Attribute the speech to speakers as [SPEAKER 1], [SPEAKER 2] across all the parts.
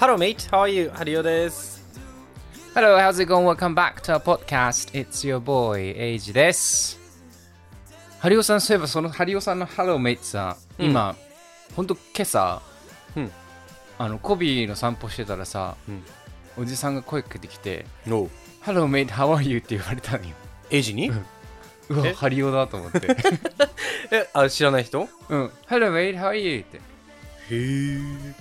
[SPEAKER 1] Hello, mate. How are you? ハリオです。
[SPEAKER 2] Hello, how's it going? Welcome back to our podcast. It's your boy, Age です。ハリオさん、そういえばそのハリオさんの Hello, mate さん、今、ほんと今朝、
[SPEAKER 1] うん
[SPEAKER 2] あの、コビーの散歩してたらさ、
[SPEAKER 1] うん
[SPEAKER 2] おじさんが声かけてきて、
[SPEAKER 1] おう。
[SPEAKER 2] Hello, mate, how are you? って言われたのよ。
[SPEAKER 1] エイジに
[SPEAKER 2] う
[SPEAKER 1] え
[SPEAKER 2] わ、ハリオだと思 って。
[SPEAKER 1] え、あ、知らない人
[SPEAKER 2] うん、Hello, mate, how are you? って。
[SPEAKER 1] へえ。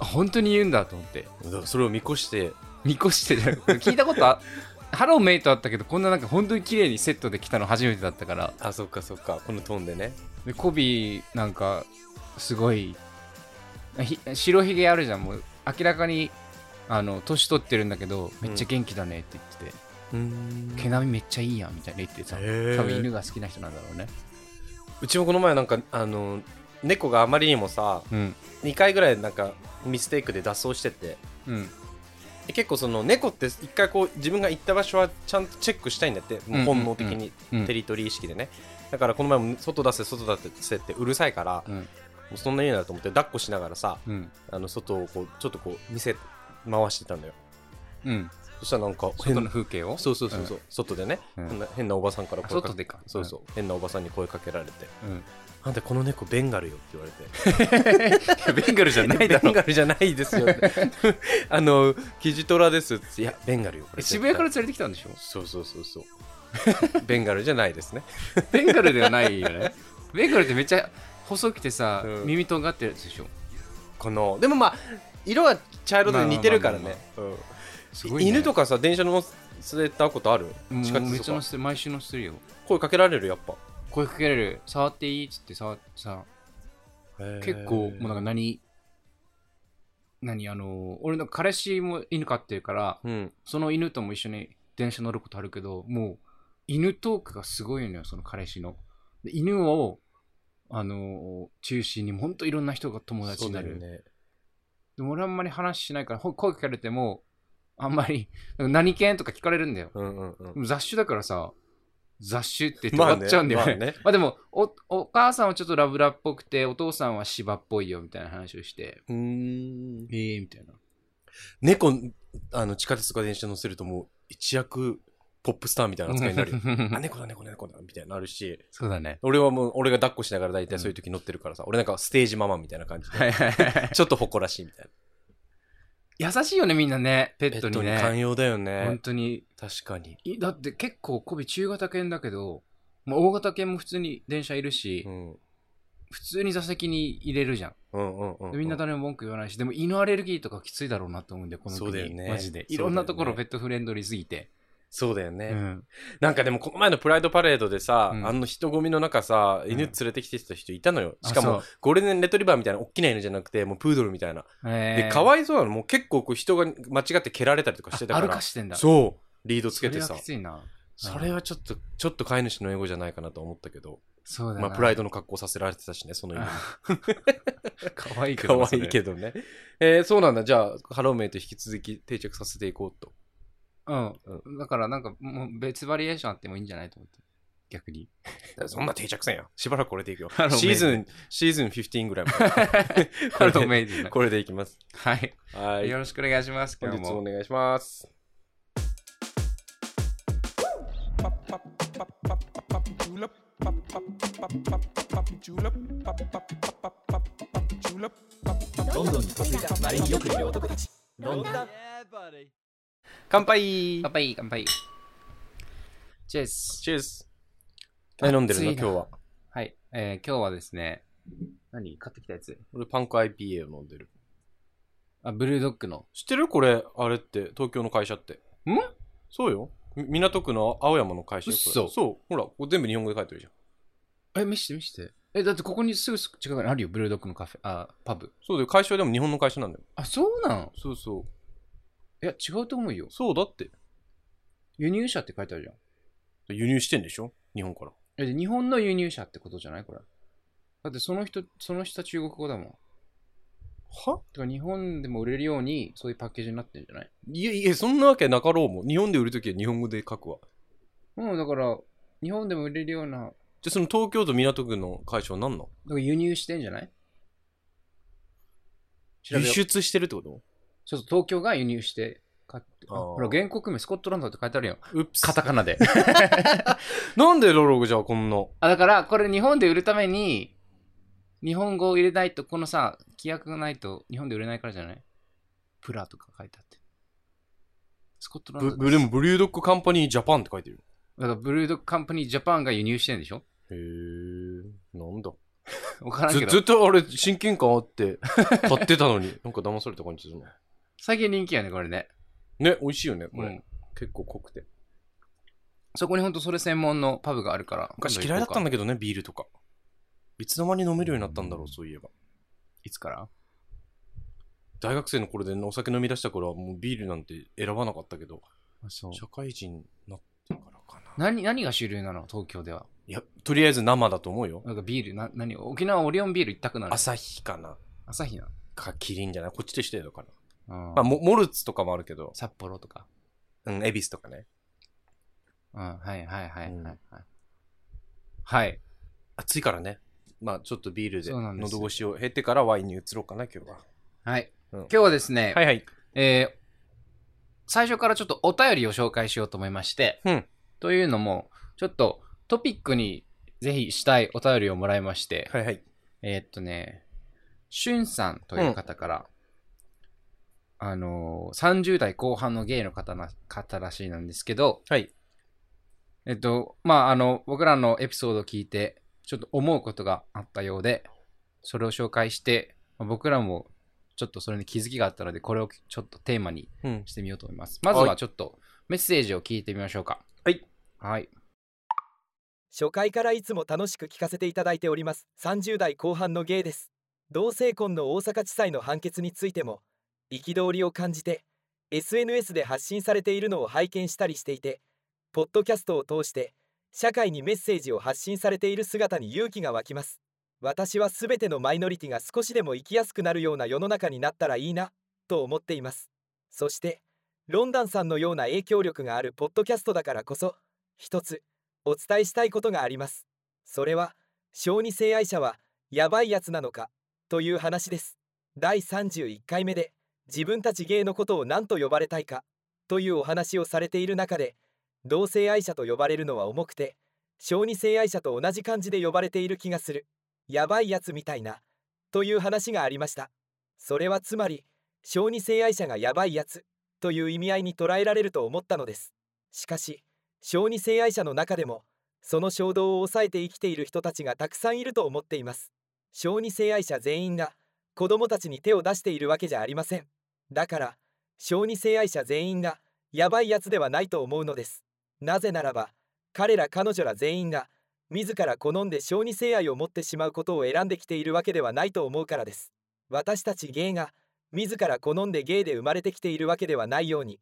[SPEAKER 2] あ本当に言うんだと思って。
[SPEAKER 1] だからそれを見越して、
[SPEAKER 2] 見越してじゃなくて聞いたことあ Hello, mate あったけど、こんななんか本当に綺麗にセットで来たの初めてだったから。
[SPEAKER 1] あ、そっかそっか、このトーンでね。
[SPEAKER 2] でコビーなんかすごいひ白ひげあるじゃんもう明らかにあの年取ってるんだけどめっちゃ元気だねって言ってて、
[SPEAKER 1] うーん
[SPEAKER 2] 毛並みめっちゃいいやんみたいな言ってさ
[SPEAKER 1] へ
[SPEAKER 2] 多
[SPEAKER 1] ー
[SPEAKER 2] 分犬が好きな人なんだろうね
[SPEAKER 1] うちもこの前なんか、あの、猫があまりにもさ、
[SPEAKER 2] うん
[SPEAKER 1] 2回ぐらいなんかミステイクで脱走してて、
[SPEAKER 2] うん
[SPEAKER 1] で結構その猫って一回こう自分が行った場所はちゃんとチェックしたいんだって、もう本能的に
[SPEAKER 2] うんうんうん
[SPEAKER 1] テリトリー意識でね。だからこの前も外出せ、外出せってうるさいから、も
[SPEAKER 2] うん
[SPEAKER 1] うそんな家だと思って抱っこしながらさ、
[SPEAKER 2] うん
[SPEAKER 1] あの外をこうちょっとこう店回してたんだよ
[SPEAKER 2] うん
[SPEAKER 1] そしたらなんか変
[SPEAKER 2] 外の
[SPEAKER 1] な
[SPEAKER 2] 風景を
[SPEAKER 1] そうそうそうそう、外でね、
[SPEAKER 2] うん
[SPEAKER 1] 変な変なおばさんから声
[SPEAKER 2] あ
[SPEAKER 1] かけ
[SPEAKER 2] 外でか
[SPEAKER 1] そうそう、変なおばさんに声かけられて
[SPEAKER 2] うん、うん
[SPEAKER 1] 「あんたこの猫ベンガルよ」って言われて
[SPEAKER 2] いやベンガルじゃないだ
[SPEAKER 1] 「ベン
[SPEAKER 2] ろ
[SPEAKER 1] ガルじゃないですよ」ってあの「キジトラです」って「いやベンガルよこれ絶対
[SPEAKER 2] 渋谷から連れてきたんでしょ
[SPEAKER 1] そうそうそうそうベンガルじゃないですね
[SPEAKER 2] ベンガルではないよね ベンガルってめっちゃ細くてさ、
[SPEAKER 1] うん
[SPEAKER 2] 耳とんがってるやつでしょ
[SPEAKER 1] このでもまあ色は茶色で似てるから
[SPEAKER 2] まあ
[SPEAKER 1] ねうん
[SPEAKER 2] すごい、ね、
[SPEAKER 1] 犬とかさ電車の乗れたことある
[SPEAKER 2] もう
[SPEAKER 1] 地
[SPEAKER 2] め
[SPEAKER 1] 下
[SPEAKER 2] っ
[SPEAKER 1] 鉄と
[SPEAKER 2] ちゃ
[SPEAKER 1] か
[SPEAKER 2] 乗せて毎週乗せてるよ
[SPEAKER 1] 声かけられるやっぱ
[SPEAKER 2] 声かけられる触っていいっつって触ってさ結構もうなんか何何あの俺の彼氏も犬飼ってるから
[SPEAKER 1] うん
[SPEAKER 2] その犬とも一緒に電車乗ることあるけどもう犬トークがすごいのよその彼氏ので犬をあの中心にほんといろんな人が友達にな
[SPEAKER 1] そう
[SPEAKER 2] る、
[SPEAKER 1] だよね
[SPEAKER 2] でも俺あんまり話しないからほ声かけられてもあんまりなんか何犬とか聞かれるんだよ
[SPEAKER 1] うんうんうん
[SPEAKER 2] でも雑種だからさ、雑種って言って終
[SPEAKER 1] まあ
[SPEAKER 2] わ
[SPEAKER 1] ね
[SPEAKER 2] っちゃうんだよね。まあ
[SPEAKER 1] まあね
[SPEAKER 2] でもお、お母さんはちょっとラブラっぽくて、お父さんは芝っぽいよみたいな話をして、
[SPEAKER 1] うーん
[SPEAKER 2] えーみたいな。
[SPEAKER 1] 猫あの地下鉄とか電車乗せるともう一躍ポップスターみたいな扱いになるよ あ猫だ猫だ猫だみたいになるし
[SPEAKER 2] そうだね。
[SPEAKER 1] 俺はもう俺が抱っこしながら大体そういう時乗ってるからさ、俺なんかステージママみたいな感じで
[SPEAKER 2] はいはいはい
[SPEAKER 1] ちょっと誇らしいみたいな
[SPEAKER 2] 優しいよね、みんなね、ペ
[SPEAKER 1] ペ
[SPEAKER 2] ット
[SPEAKER 1] ッ
[SPEAKER 2] に
[SPEAKER 1] トに
[SPEAKER 2] ね。
[SPEAKER 1] 寛容だよ
[SPEAKER 2] 本
[SPEAKER 1] ね
[SPEAKER 2] 当に。
[SPEAKER 1] 確かに、
[SPEAKER 2] いだって結構、コビ中型犬だけど、まあ、大型犬も普通に電車いるし、
[SPEAKER 1] うん、うん
[SPEAKER 2] 普通に座席に入れるじゃん。
[SPEAKER 1] うんうんう
[SPEAKER 2] でみんな誰も文句言わないし、でも犬アレルギーとかきついだろうなと思うんだよ、この国
[SPEAKER 1] そうだよね
[SPEAKER 2] マジ
[SPEAKER 1] そうだ
[SPEAKER 2] で。
[SPEAKER 1] よね
[SPEAKER 2] いろんなところペットフレンドリーすぎて。
[SPEAKER 1] そうだよね、
[SPEAKER 2] うん
[SPEAKER 1] なんかでもこの前のプライドパレードでさ、
[SPEAKER 2] うん
[SPEAKER 1] あの人混みの中さ
[SPEAKER 2] うん
[SPEAKER 1] 犬連れてきてた人いたのよ、しか
[SPEAKER 2] あ
[SPEAKER 1] も
[SPEAKER 2] そ
[SPEAKER 1] ゴールデンレトリバーみたいな大きな犬じゃなくてもうプードルみたいな
[SPEAKER 2] うえー
[SPEAKER 1] で、かわいそうなの、もう結構こう人が間違って蹴られたりとかしてたか
[SPEAKER 2] あ歩
[SPEAKER 1] ら、
[SPEAKER 2] かしてんだ。
[SPEAKER 1] そう、リードつけて
[SPEAKER 2] そ
[SPEAKER 1] さ
[SPEAKER 2] れはき、ついな。
[SPEAKER 1] それはちょっと、ちょっと飼い主の英語じゃないかなと思ったけど、
[SPEAKER 2] そうだな。
[SPEAKER 1] まあ、プライ
[SPEAKER 2] ド
[SPEAKER 1] ドの格好させられてたしね、その犬。
[SPEAKER 2] かわいいけ
[SPEAKER 1] か
[SPEAKER 2] ど
[SPEAKER 1] わ
[SPEAKER 2] な。
[SPEAKER 1] いいけどね。えー、そうなんだ。じゃあ、ハローメイと引き続き定着させていこうと。
[SPEAKER 2] ど。うん。だからなんか、もう別バリエーションあってもいいんじゃないと思って。逆 に。
[SPEAKER 1] そんな定着せんや。しばらくこれでいくよ
[SPEAKER 2] ハ。ローメイ
[SPEAKER 1] シーズン、シーズン15ぐらいまで
[SPEAKER 2] これとメイズな
[SPEAKER 1] これでいきます。
[SPEAKER 2] はい。
[SPEAKER 1] はい。
[SPEAKER 2] よろしくお願いします。
[SPEAKER 1] 本
[SPEAKER 2] 今
[SPEAKER 1] 日
[SPEAKER 2] 日
[SPEAKER 1] もお
[SPEAKER 2] も。
[SPEAKER 1] 願いします。
[SPEAKER 3] ロンドンに嫁いだマリンよくいる男たちロンドン
[SPEAKER 1] 乾杯
[SPEAKER 2] 乾杯、乾杯。チェス。
[SPEAKER 1] チェーズ何飲んでるの
[SPEAKER 2] 暑い
[SPEAKER 1] 今
[SPEAKER 2] な
[SPEAKER 1] 日は。
[SPEAKER 2] はい。えー今日はですね、何買ってきたやつ
[SPEAKER 1] 俺パンク IPA を飲んでる。
[SPEAKER 2] あ、ブルードッグの。
[SPEAKER 1] 知ってるこれ、あれって、東京の会社って。
[SPEAKER 2] ん
[SPEAKER 1] そうよ。み港区の青山の会社よこれ
[SPEAKER 2] 嘘
[SPEAKER 1] そう。ほら、これ全部日本語で書いてるじゃん。
[SPEAKER 2] え、見して見して。え、だってここにすぐ近くにあるよ、ブルードッグのカフェ、あ、パブ。
[SPEAKER 1] そうだよ。会社でも日本の会社なんだよ。
[SPEAKER 2] あ、そうなん
[SPEAKER 1] そうそう。
[SPEAKER 2] いや、違うと思うよ。
[SPEAKER 1] そうだって。
[SPEAKER 2] 輸入車って書いてあるじゃん。
[SPEAKER 1] 輸入してんでしょ日本から。
[SPEAKER 2] え、で日本の輸入車ってことじゃないこれ。だってその人、その人は中国語だもん。
[SPEAKER 1] は
[SPEAKER 2] てか日本でも売れるように、そういうパッケージになってるんじゃない
[SPEAKER 1] いやいや、そんなわけなかろうもん。日本で売るときは日本語で書くわ。
[SPEAKER 2] うん、だから、日本でも売れるような、だか
[SPEAKER 1] じゃあ、その東京都港区の会社は何なの
[SPEAKER 2] ら輸入してんじゃない調べ
[SPEAKER 1] 輸
[SPEAKER 2] よう
[SPEAKER 1] 出してるってこと
[SPEAKER 2] そうそう、東京が輸入して買って、あ
[SPEAKER 1] あー
[SPEAKER 2] ほら、原告名スコットランドって書いてあるよ。
[SPEAKER 1] うっす
[SPEAKER 2] カタカナで。
[SPEAKER 1] なんでロログじゃあこんな。
[SPEAKER 2] あだから、これ日本で売るために、日本語を入れないと、このさ、規約がないと日本で売れないからじゃないプラとか書いてあって。スコットラン
[SPEAKER 1] ブ
[SPEAKER 2] ドです
[SPEAKER 1] ブでもブリュードックカンパニージャパンって書いてる。
[SPEAKER 2] だからブルードッグカンパニージャパンが輸入してるんでしょ
[SPEAKER 1] へえ、なんだ。
[SPEAKER 2] わからんけ
[SPEAKER 1] ず
[SPEAKER 2] ど
[SPEAKER 1] ずっとあれ、親近感あ って、買ってたのに、なんか騙された感じするな。
[SPEAKER 2] 最近人気やねこれね、
[SPEAKER 1] ね、美味しいよね、これ。
[SPEAKER 2] うん
[SPEAKER 1] 結構濃くて。
[SPEAKER 2] そこにほんとそれ専門のパブがあるから
[SPEAKER 1] 昔嫌いだったん
[SPEAKER 2] だ
[SPEAKER 1] だけどね、ビールとか。いつの間に飲めるようになったんだろう、そういえば。
[SPEAKER 2] いつから
[SPEAKER 1] 大学生の頃でお酒飲み出した頃は、もうビールなんて選ばなかったけど、
[SPEAKER 2] そう
[SPEAKER 1] 社会人になってからかな。
[SPEAKER 2] 何何が主流なの東京ではい
[SPEAKER 1] や、とりあえず生だと思うよ。
[SPEAKER 2] なんかビールな何沖縄オリオンビール一択なの
[SPEAKER 1] 朝日かな。
[SPEAKER 2] 朝日な
[SPEAKER 1] か、キリンじゃない。こっちと一緒だよかな。
[SPEAKER 2] の、うん
[SPEAKER 1] まあ、モモルツとかもあるけど、
[SPEAKER 2] 札幌とか
[SPEAKER 1] うん、恵比寿とかね。
[SPEAKER 2] うんはいはいはいはい
[SPEAKER 1] うん
[SPEAKER 2] はい、はい
[SPEAKER 1] 暑いからね。まあ、ちょっとビールで
[SPEAKER 2] そうなんです
[SPEAKER 1] 喉越しを経てからワインに移ろうかな、今日は。
[SPEAKER 2] はい
[SPEAKER 1] うん
[SPEAKER 2] 今日はですね、
[SPEAKER 1] はいはい。
[SPEAKER 2] えー最初からちょっとお便りを紹介しようと思いまして、
[SPEAKER 1] うん
[SPEAKER 2] というのも、ちょっとトピックにぜひしたいお便りをもらいまして、
[SPEAKER 1] はいはい。
[SPEAKER 2] えーっとね、しゅんさんという方から、あのー30代後半のゲイの方な方らしいなんですけど、
[SPEAKER 1] はい。
[SPEAKER 2] えっと、まあ、あの、僕らのエピソードを聞いて、ちょっと思うことがあったようで、それを紹介して、まあ僕らもちょっとそれに気づきがあったので、これをちょっとテーマに
[SPEAKER 1] うん。
[SPEAKER 2] してみようと思います。まず
[SPEAKER 1] は
[SPEAKER 2] はいちょっとメッセージを聞いてみましょうか。
[SPEAKER 1] はい。
[SPEAKER 2] はい。
[SPEAKER 3] 初回からいつも楽しく聞かせていただいております30代後半のゲイです同性婚の大阪地裁の判決についても憤りを感じて SNS で発信されているのを拝見したりしていてポッドキャストを通して社会にメッセージを発信されている姿に勇気が湧きます私は全てのマイノリティが少しでも生きやすくなるような世の中になったらいいなと思っていますそしてロンダンさんのような影響力があるポッドキャストだからこそ一つお伝えしたいことがありますそれは小児性愛者はやばいやつなのかという話です第31回目で自分たちゲイのことを何と呼ばれたいかというお話をされている中で同性愛者と呼ばれるのは重くて小児性愛者と同じ感じで呼ばれている気がするやばいやつみたいなという話がありましたそれはつまり小児性愛者がやばいやつという意味合いに捉えられると思ったのですしかし小児性愛者の中でもその衝動を抑えて生きている人たちがたくさんいると思っています小児性愛者全員が子供たちに手を出しているわけじゃありませんだから小児性愛者全員がやばいやつではないと思うのですなぜならば彼ら彼女ら全員が自ら好んで小児性愛を持ってしまうことを選んできているわけではないと思うからです私たちゲイが自ら好んでゲイで生まれてきているわけではないように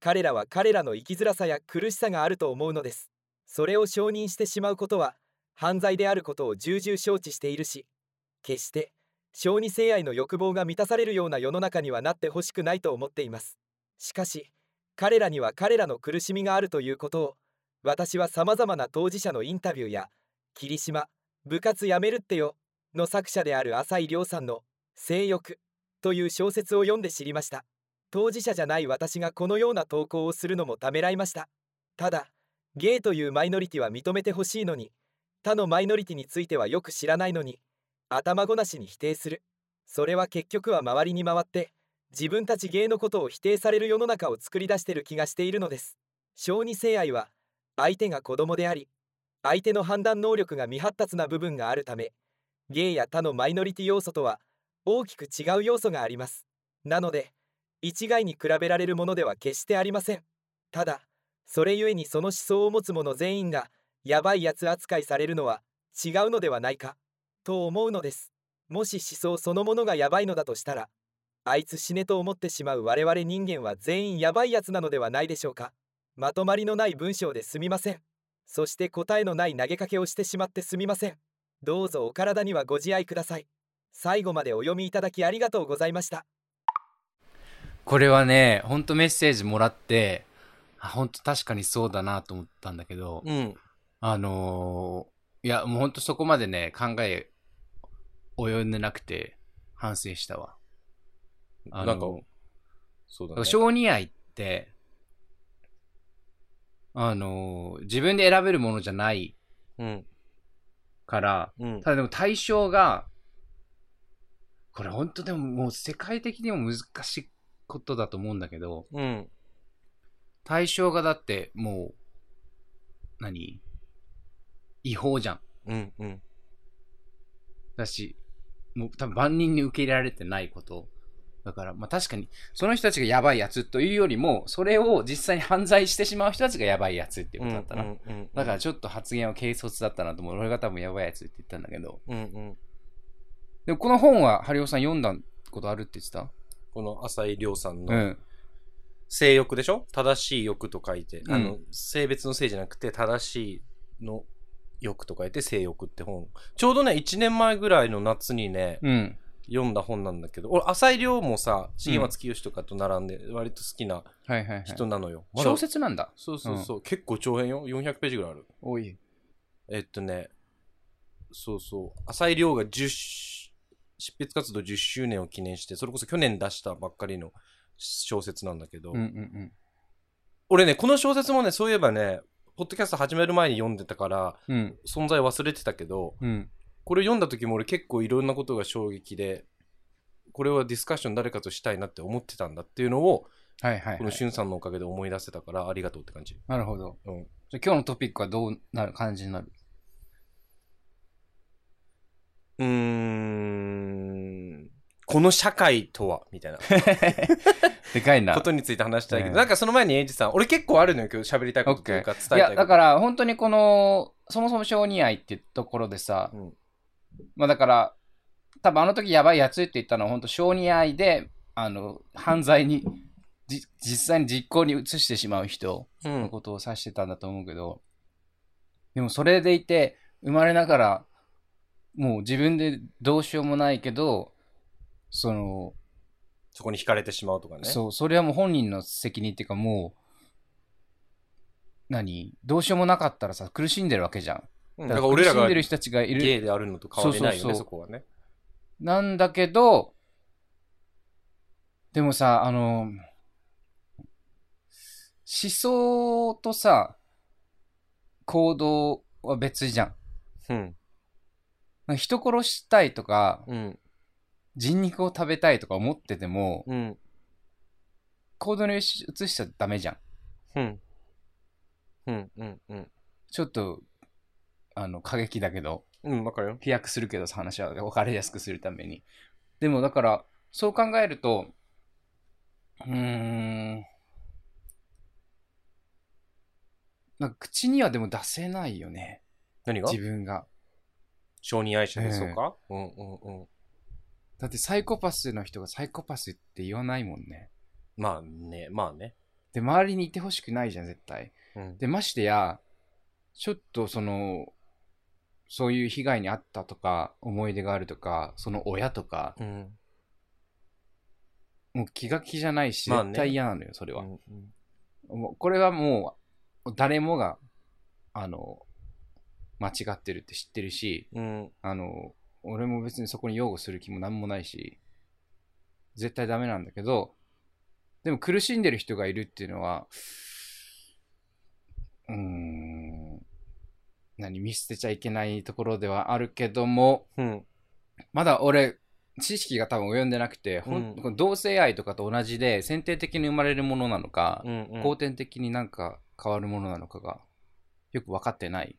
[SPEAKER 3] 彼らは彼らの生きづらさや苦しさがあると思うのですそれを承認してしまうことは犯罪であることを重々承知しているし決して小児性愛の欲望が満たされるような世の中にはなってほしくないと思っていますしかし彼らには彼らの苦しみがあるということを私は様々な当事者のインタビューや「霧島部活やめるってよ」の作者である浅井亮さんの「性欲」という小説を読んで知りました当事者じゃない私がこのような投稿をするのもためらいましたただゲイというマイノリティは認めてほしいのに他のマイノリティについてはよく知らないのに頭ごなしに否定するそれは結局は周りに回って自分たちゲイのことを否定される世の中を作り出してる気がしているのです小児性愛は相手が子供であり相手の判断能力が未発達な部分があるためゲイや他のマイノリティ要素とは大きく違う要素がありますなので一概に比べられるものでは決してありませんただそれゆえにその思想を持つ者全員がやばいやつ扱いされるのは違うのではないかと思うのですもし思想そのものがやばいのだとしたらあいつ死ねと思ってしまう我々人間は全員やばいやつなのではないでしょうかまとまりのない文章ですみませんそして答えのない投げかけをしてしまってすみませんどうぞお体にはご自愛ください最後までお読みいただきありがとうございました
[SPEAKER 2] これはね、ほんとメッセージもらって、あほんと確かにそうだなと思ったんだけど、
[SPEAKER 1] うん。
[SPEAKER 2] あのーいや、もうほんとそこまでね、考え、及んでなくて、反省したわ。あの
[SPEAKER 1] なんか、そうだ
[SPEAKER 2] だから
[SPEAKER 1] ね。
[SPEAKER 2] 小児愛って、あのー自分で選べるものじゃない
[SPEAKER 1] うん。
[SPEAKER 2] から、
[SPEAKER 1] うん。
[SPEAKER 2] ただでも対象が、これ本当でももう世界的にも難しいことだと思うんだけど、
[SPEAKER 1] うん。
[SPEAKER 2] 対象がだってもう、何違法じゃん。
[SPEAKER 1] うん。うん。
[SPEAKER 2] だし、もう多分万人に受け入れられてないこと。だから、まあ確かに、その人たちがやばいやつというよりも、それを実際に犯罪してしまう人たちがやばいやつっていうことだったな。
[SPEAKER 1] うんうんうん
[SPEAKER 2] だからちょっと発言は軽率だったなと思う。俺が多分やばいやつって言ったんだけど。
[SPEAKER 1] うんうん。
[SPEAKER 2] でもこの本は、ハリオさん読んだことあるって言ってた
[SPEAKER 1] この浅井亮さん
[SPEAKER 2] う
[SPEAKER 1] の
[SPEAKER 2] ん。
[SPEAKER 1] 性欲でしょ正しい欲と書いて、
[SPEAKER 2] うん
[SPEAKER 1] あの、性別の性じゃなくて、正しいの欲と書いて、性欲って本。ちょうどね、1年前ぐらいの夏にね、
[SPEAKER 2] うん。
[SPEAKER 1] 読んだ本なんだけど、俺、浅井亮もさ、重松清とかと並んで、割と好きな
[SPEAKER 2] はいはいはい。
[SPEAKER 1] 人なのよ。まだ
[SPEAKER 2] 小説なんだ。
[SPEAKER 1] そうそうそう、結構長編よ。400ページぐらいある。
[SPEAKER 2] 多い。
[SPEAKER 1] えっとね、そうそう、浅井亮が10し執筆活動10周年を記念して、それこそ去年出したばっかりの小説なんだけど、
[SPEAKER 2] うんうん
[SPEAKER 1] 俺ね、この小説もね、そういえばね、ポッドキャスト始める前に読んでたから、
[SPEAKER 2] うん。うん。
[SPEAKER 1] 存在忘れてたけど、
[SPEAKER 2] うん。
[SPEAKER 1] これ読んだ時も俺結構いろんなことが衝撃で、これはディスカッション誰かとしたいなって思ってたんだっていうのを、
[SPEAKER 2] はいはい、
[SPEAKER 1] この
[SPEAKER 2] はい。
[SPEAKER 1] しゅんさんのおかげで思い出せたから、ありがとうって感じ。
[SPEAKER 2] なるほど。
[SPEAKER 1] うん。
[SPEAKER 2] じゃあ今日のトピックはどうなる感じになる
[SPEAKER 1] うーん、この社会とは、みた いな。
[SPEAKER 2] でかいな。
[SPEAKER 1] ことについて話したいけど、
[SPEAKER 2] ね
[SPEAKER 1] なんかその前にエイジさん、俺結構あるのよ、今日喋りたいことというか、伝えた
[SPEAKER 2] い
[SPEAKER 1] いこと。
[SPEAKER 2] や、だから本当にこの、そもそも小児愛ってところでさ、
[SPEAKER 1] うん
[SPEAKER 2] まあだから、多分あの時やばいやつって言ったのは本当小児愛で、あの、犯罪に、じ実際に実行に移してしまう人
[SPEAKER 1] う
[SPEAKER 2] の
[SPEAKER 1] ん、
[SPEAKER 2] ことを指してたんだと思うけど、でもそれでいて、生まれながら、もう自分でどうしようもないけど、その、
[SPEAKER 1] そこに惹かれてしまうとかね。
[SPEAKER 2] そう、それはもう本人の責任っていうかもう、何どうしようもなかったらさ、苦しんでるわけじゃん。
[SPEAKER 1] うん。
[SPEAKER 2] だ
[SPEAKER 1] だ
[SPEAKER 2] か
[SPEAKER 1] からら俺ら
[SPEAKER 2] 苦しん
[SPEAKER 1] が
[SPEAKER 2] でる人たちがい
[SPEAKER 1] ゲ
[SPEAKER 2] る。
[SPEAKER 1] イであるのと変わりないよ
[SPEAKER 2] そう
[SPEAKER 1] ね、
[SPEAKER 2] そうそ
[SPEAKER 1] そ
[SPEAKER 2] う
[SPEAKER 1] こはね。
[SPEAKER 2] なんだけど、でもさ、あの、思想とさ、行動は別じゃん。
[SPEAKER 1] うん。
[SPEAKER 2] なんか人殺したいとか、
[SPEAKER 1] うん。
[SPEAKER 2] 人肉を食べたいとか思ってても、
[SPEAKER 1] うん。
[SPEAKER 2] 行動に移し移しちゃダメじゃ
[SPEAKER 1] う
[SPEAKER 2] ん。
[SPEAKER 1] ん。うん。うん。うん。
[SPEAKER 2] ちょっと、あの、過激だけど。
[SPEAKER 1] うん、わかるよ。
[SPEAKER 2] 飛躍するけどさ話は分かりやすくするためにでもだからそう考えるとうーんなんか口にはでも出せないよね
[SPEAKER 1] 何が
[SPEAKER 2] 自分が
[SPEAKER 1] 承認愛者で
[SPEAKER 2] ええ
[SPEAKER 1] そうか、うんうんうん。
[SPEAKER 2] だってサイコパスの人がサイコパスって言わないもんね
[SPEAKER 1] まあね、まあね。
[SPEAKER 2] で周りにいてほしくないじゃん絶対
[SPEAKER 1] うん。
[SPEAKER 2] でましてやちょっとそのそういう被害に遭ったとか思い出があるとかその親とか
[SPEAKER 1] うん。
[SPEAKER 2] もう気が気じゃないし
[SPEAKER 1] まあね
[SPEAKER 2] 絶対嫌なのよそれ
[SPEAKER 1] う
[SPEAKER 2] は、
[SPEAKER 1] ん
[SPEAKER 2] もうこれはもう誰もがあの間違ってるって知ってるし
[SPEAKER 1] うん。
[SPEAKER 2] あの俺も別にそこに擁護する気も何もないし絶対ダメなんだけどでも苦しんでる人がいるっていうのはうーん何見捨てちゃいけないところではあるけども
[SPEAKER 1] うん。
[SPEAKER 2] まだ俺知識が多分及んでなくて、ほん
[SPEAKER 1] うん
[SPEAKER 2] この同性愛とかと同じで先定的に生まれるものなのか、
[SPEAKER 1] うん。うん
[SPEAKER 2] 後天的になんか変わるものなのかがよく分かってない。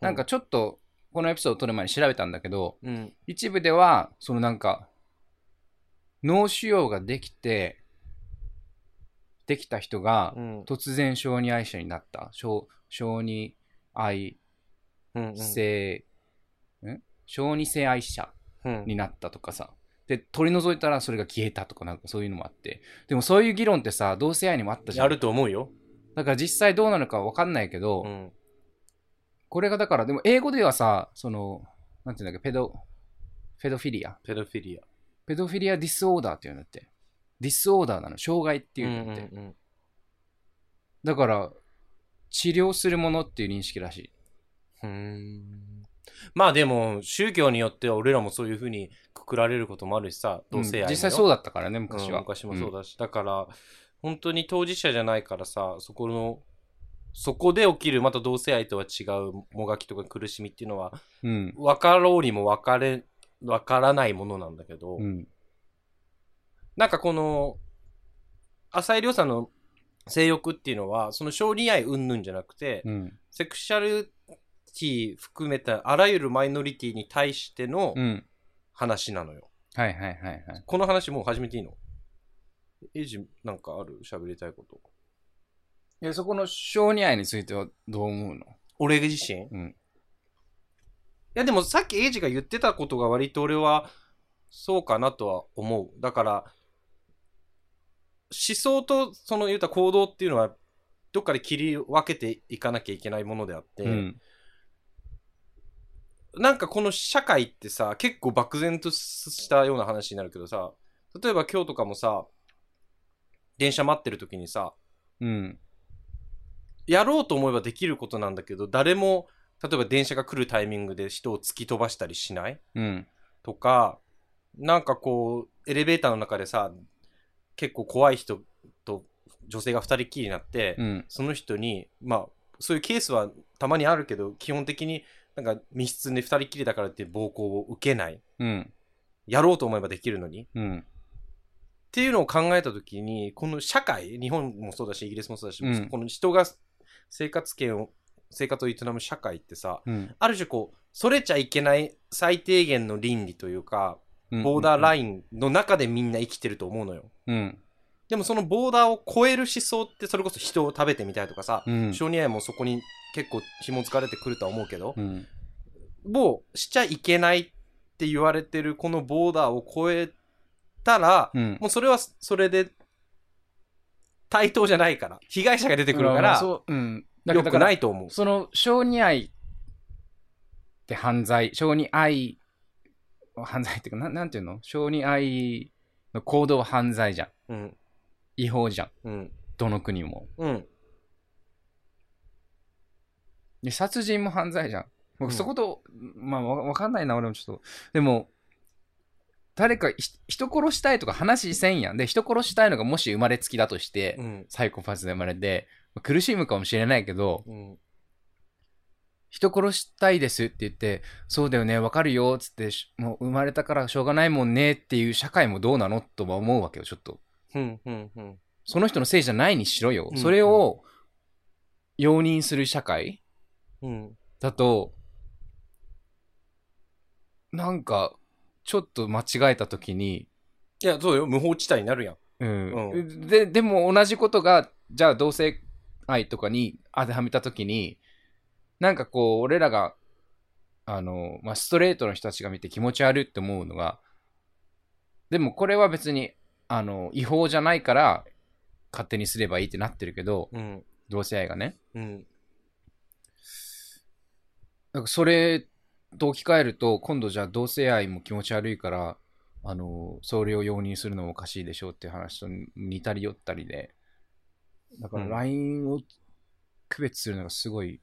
[SPEAKER 2] なんか、ちょっとこのエピソードを撮る前に調べたんだけど、
[SPEAKER 1] うん。
[SPEAKER 2] 一部ではそのなんか脳腫瘍ができて、できた人が
[SPEAKER 1] うん。
[SPEAKER 2] 突然小児愛者になった。小小児愛
[SPEAKER 1] うん。
[SPEAKER 2] 性、ん小児性愛者
[SPEAKER 1] うん。
[SPEAKER 2] になったとかさ。で、取り除いたらそれが消えたとかなんかそういうのもあって。でもそういう議論ってさ、同性愛にもあったじゃん。
[SPEAKER 1] あると思うよ。
[SPEAKER 2] だから実際どうなのか分かんないけど、
[SPEAKER 1] うん。
[SPEAKER 2] これがだから、でも英語ではさ、その、なんていうんだっけ、ペド、ペドフィリア。
[SPEAKER 1] ペドフィリア。っ
[SPEAKER 2] ペドフィリアディスオーダーっていうんだって。ディスオーダーなの、障害って
[SPEAKER 1] て
[SPEAKER 2] い
[SPEAKER 1] いう
[SPEAKER 2] うん
[SPEAKER 1] ん
[SPEAKER 2] だって。
[SPEAKER 1] うんうん。
[SPEAKER 2] だから、治療するものっていう認識らしい。
[SPEAKER 1] うーんまあでも、宗教によっては俺らもそういうふうにくくられることもあるしさ、同性愛のよ、
[SPEAKER 2] うん実際そうだったからね、昔は。
[SPEAKER 1] うん昔もそうだし、だから本当に当事者じゃないからさそこのそこで起きるまた同性愛とは違うもがきとか苦しみっていうのは
[SPEAKER 2] うん。
[SPEAKER 1] 分かろうにも分かれ分からないものなんだけど、
[SPEAKER 2] うん。
[SPEAKER 1] なんかこの浅井亮さんの性欲っていうのはその勝利愛云々じゃなくて、
[SPEAKER 2] うん。
[SPEAKER 1] セクシャルティ含めたあらゆるマイノリティに対しての
[SPEAKER 2] うん。
[SPEAKER 1] 話なのよ。
[SPEAKER 2] はいはいはいはい。
[SPEAKER 1] この話もう始めていいのエイジなんかある喋りたいこと。
[SPEAKER 2] え、そこの小児愛についてはどう思うの
[SPEAKER 1] 俺自身
[SPEAKER 2] うん
[SPEAKER 1] いやでもさっきエイジが言ってたことが割と俺はそうかなとは思うだから思想とその言うた行動っていうのはどっかで切り分けていかなきゃいけないものであって、
[SPEAKER 2] うん。
[SPEAKER 1] なんかこの社会ってさ結構漠然としたような話になるけどさ例えば今日とかもさ電車待ってる時にさ
[SPEAKER 2] うん。
[SPEAKER 1] やろうと思えばできることなんだけど誰も例えば電車が来るタイミングで人を突き飛ばしたりしない
[SPEAKER 2] うん。
[SPEAKER 1] とかなんかこうエレベーターの中でさ結構怖い人と女性が2人っきりになって、
[SPEAKER 2] うん。
[SPEAKER 1] その人にまあそういうケースはたまにあるけど基本的になんか密室で2人っきりだからって暴行を受けない
[SPEAKER 2] うん。
[SPEAKER 1] やろうと思えばできるのに
[SPEAKER 2] うん。
[SPEAKER 1] っていうのを考えたときに、この社会、日本もそうだし、イギリスもそうだし、
[SPEAKER 2] うん
[SPEAKER 1] この人が生活圏を、生活を営む社会ってさ、
[SPEAKER 2] うん。
[SPEAKER 1] ある種こう、それちゃいけない最低限の倫理というか、
[SPEAKER 2] うん
[SPEAKER 1] ボーダーラ
[SPEAKER 2] ン。
[SPEAKER 1] インの中でみんな生きてると思うのよ。
[SPEAKER 2] うん。
[SPEAKER 1] でもそのボーダーを超える思想って、それこそ人を食べてみたいとかさ、
[SPEAKER 2] うん。
[SPEAKER 1] 小児愛もそこに結構紐づかれてくるとは思うけど
[SPEAKER 2] う、ん。
[SPEAKER 1] もうしちゃいけないって言われてるこのボーダーを超えたら、
[SPEAKER 2] うん。
[SPEAKER 1] もうそれはそれで対等じゃないから被害者が出てくるか
[SPEAKER 2] まあ
[SPEAKER 1] ら
[SPEAKER 2] そう、うん。。
[SPEAKER 1] 良くないいと思う
[SPEAKER 2] その、小児愛って犯罪、小児愛、犯罪っていうか、なんなんていうの小児愛の行動は犯罪じゃん。
[SPEAKER 1] うん
[SPEAKER 2] 違法じゃん。
[SPEAKER 1] うん
[SPEAKER 2] どの国も。
[SPEAKER 1] うん
[SPEAKER 2] で、殺人も犯罪じゃん。
[SPEAKER 1] う
[SPEAKER 2] 僕、
[SPEAKER 1] ん
[SPEAKER 2] そこと、まあ、わわかんないな、俺もちょっと。でも、誰かひ人殺したいとか話せんやん。で、人殺したいのがもし生まれつきだとして、
[SPEAKER 1] うん
[SPEAKER 2] サイコパスで生まれて、まあ苦しむかもしれないけど、
[SPEAKER 1] うん
[SPEAKER 2] 人殺したいですって言って、そうだよね、わかるよ、っつって、しもう生まれたからしょうがないもんねっていう社会もどうなのとは思うわけよ、ちょっと。
[SPEAKER 1] うんうんうん
[SPEAKER 2] その人のせいじゃないにしろよ。
[SPEAKER 1] うん
[SPEAKER 2] それを容認する社会、
[SPEAKER 1] うん
[SPEAKER 2] だと、なんか、ちょっと間違えたときに、
[SPEAKER 1] いやそうよ無法地帯になるやん
[SPEAKER 2] うん、
[SPEAKER 1] う
[SPEAKER 2] で、でも同じことが、じゃあ同性愛とかに当てはめたときに、なんかこう、俺らが、あの、まあ、ストレートの人たちが見て気持ち悪いって思うのが、でもこれは別に、あの、違法じゃないから、勝手にすればいいってなってるけど、
[SPEAKER 1] うん
[SPEAKER 2] 同性愛がね。
[SPEAKER 1] うん
[SPEAKER 2] なんかそれと置き換えると、今度じゃあ同性愛も気持ち悪いから、あの、それを容認するのもおかしいでしょうっていう話と似たり寄ったりで、だから
[SPEAKER 1] うん
[SPEAKER 2] LINE を区別するのがすごい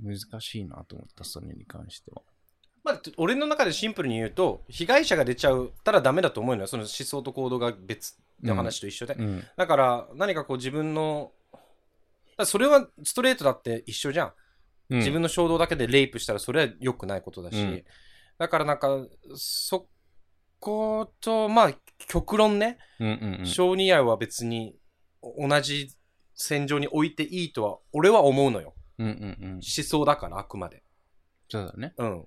[SPEAKER 2] 難しいなと思った、それに関しては。
[SPEAKER 1] まあ俺の中でシンプルに言うと被害者が出ちゃうたらダメだと思うのよその思想と行動が別の話と一緒で、
[SPEAKER 2] うん。
[SPEAKER 1] だから何かこう自分のだからそれはストレートだって一緒じゃん自分の衝動だけでレイプしたらそれは良くないことだし、
[SPEAKER 2] うん
[SPEAKER 1] だからなんかそことまあ極論ね、
[SPEAKER 2] うんうんうん
[SPEAKER 1] 小児愛は別に同じ戦場に置いていいとは俺は思うのよ
[SPEAKER 2] うんうんうん
[SPEAKER 1] 思。想だからあくまで
[SPEAKER 2] そうだね。
[SPEAKER 1] うん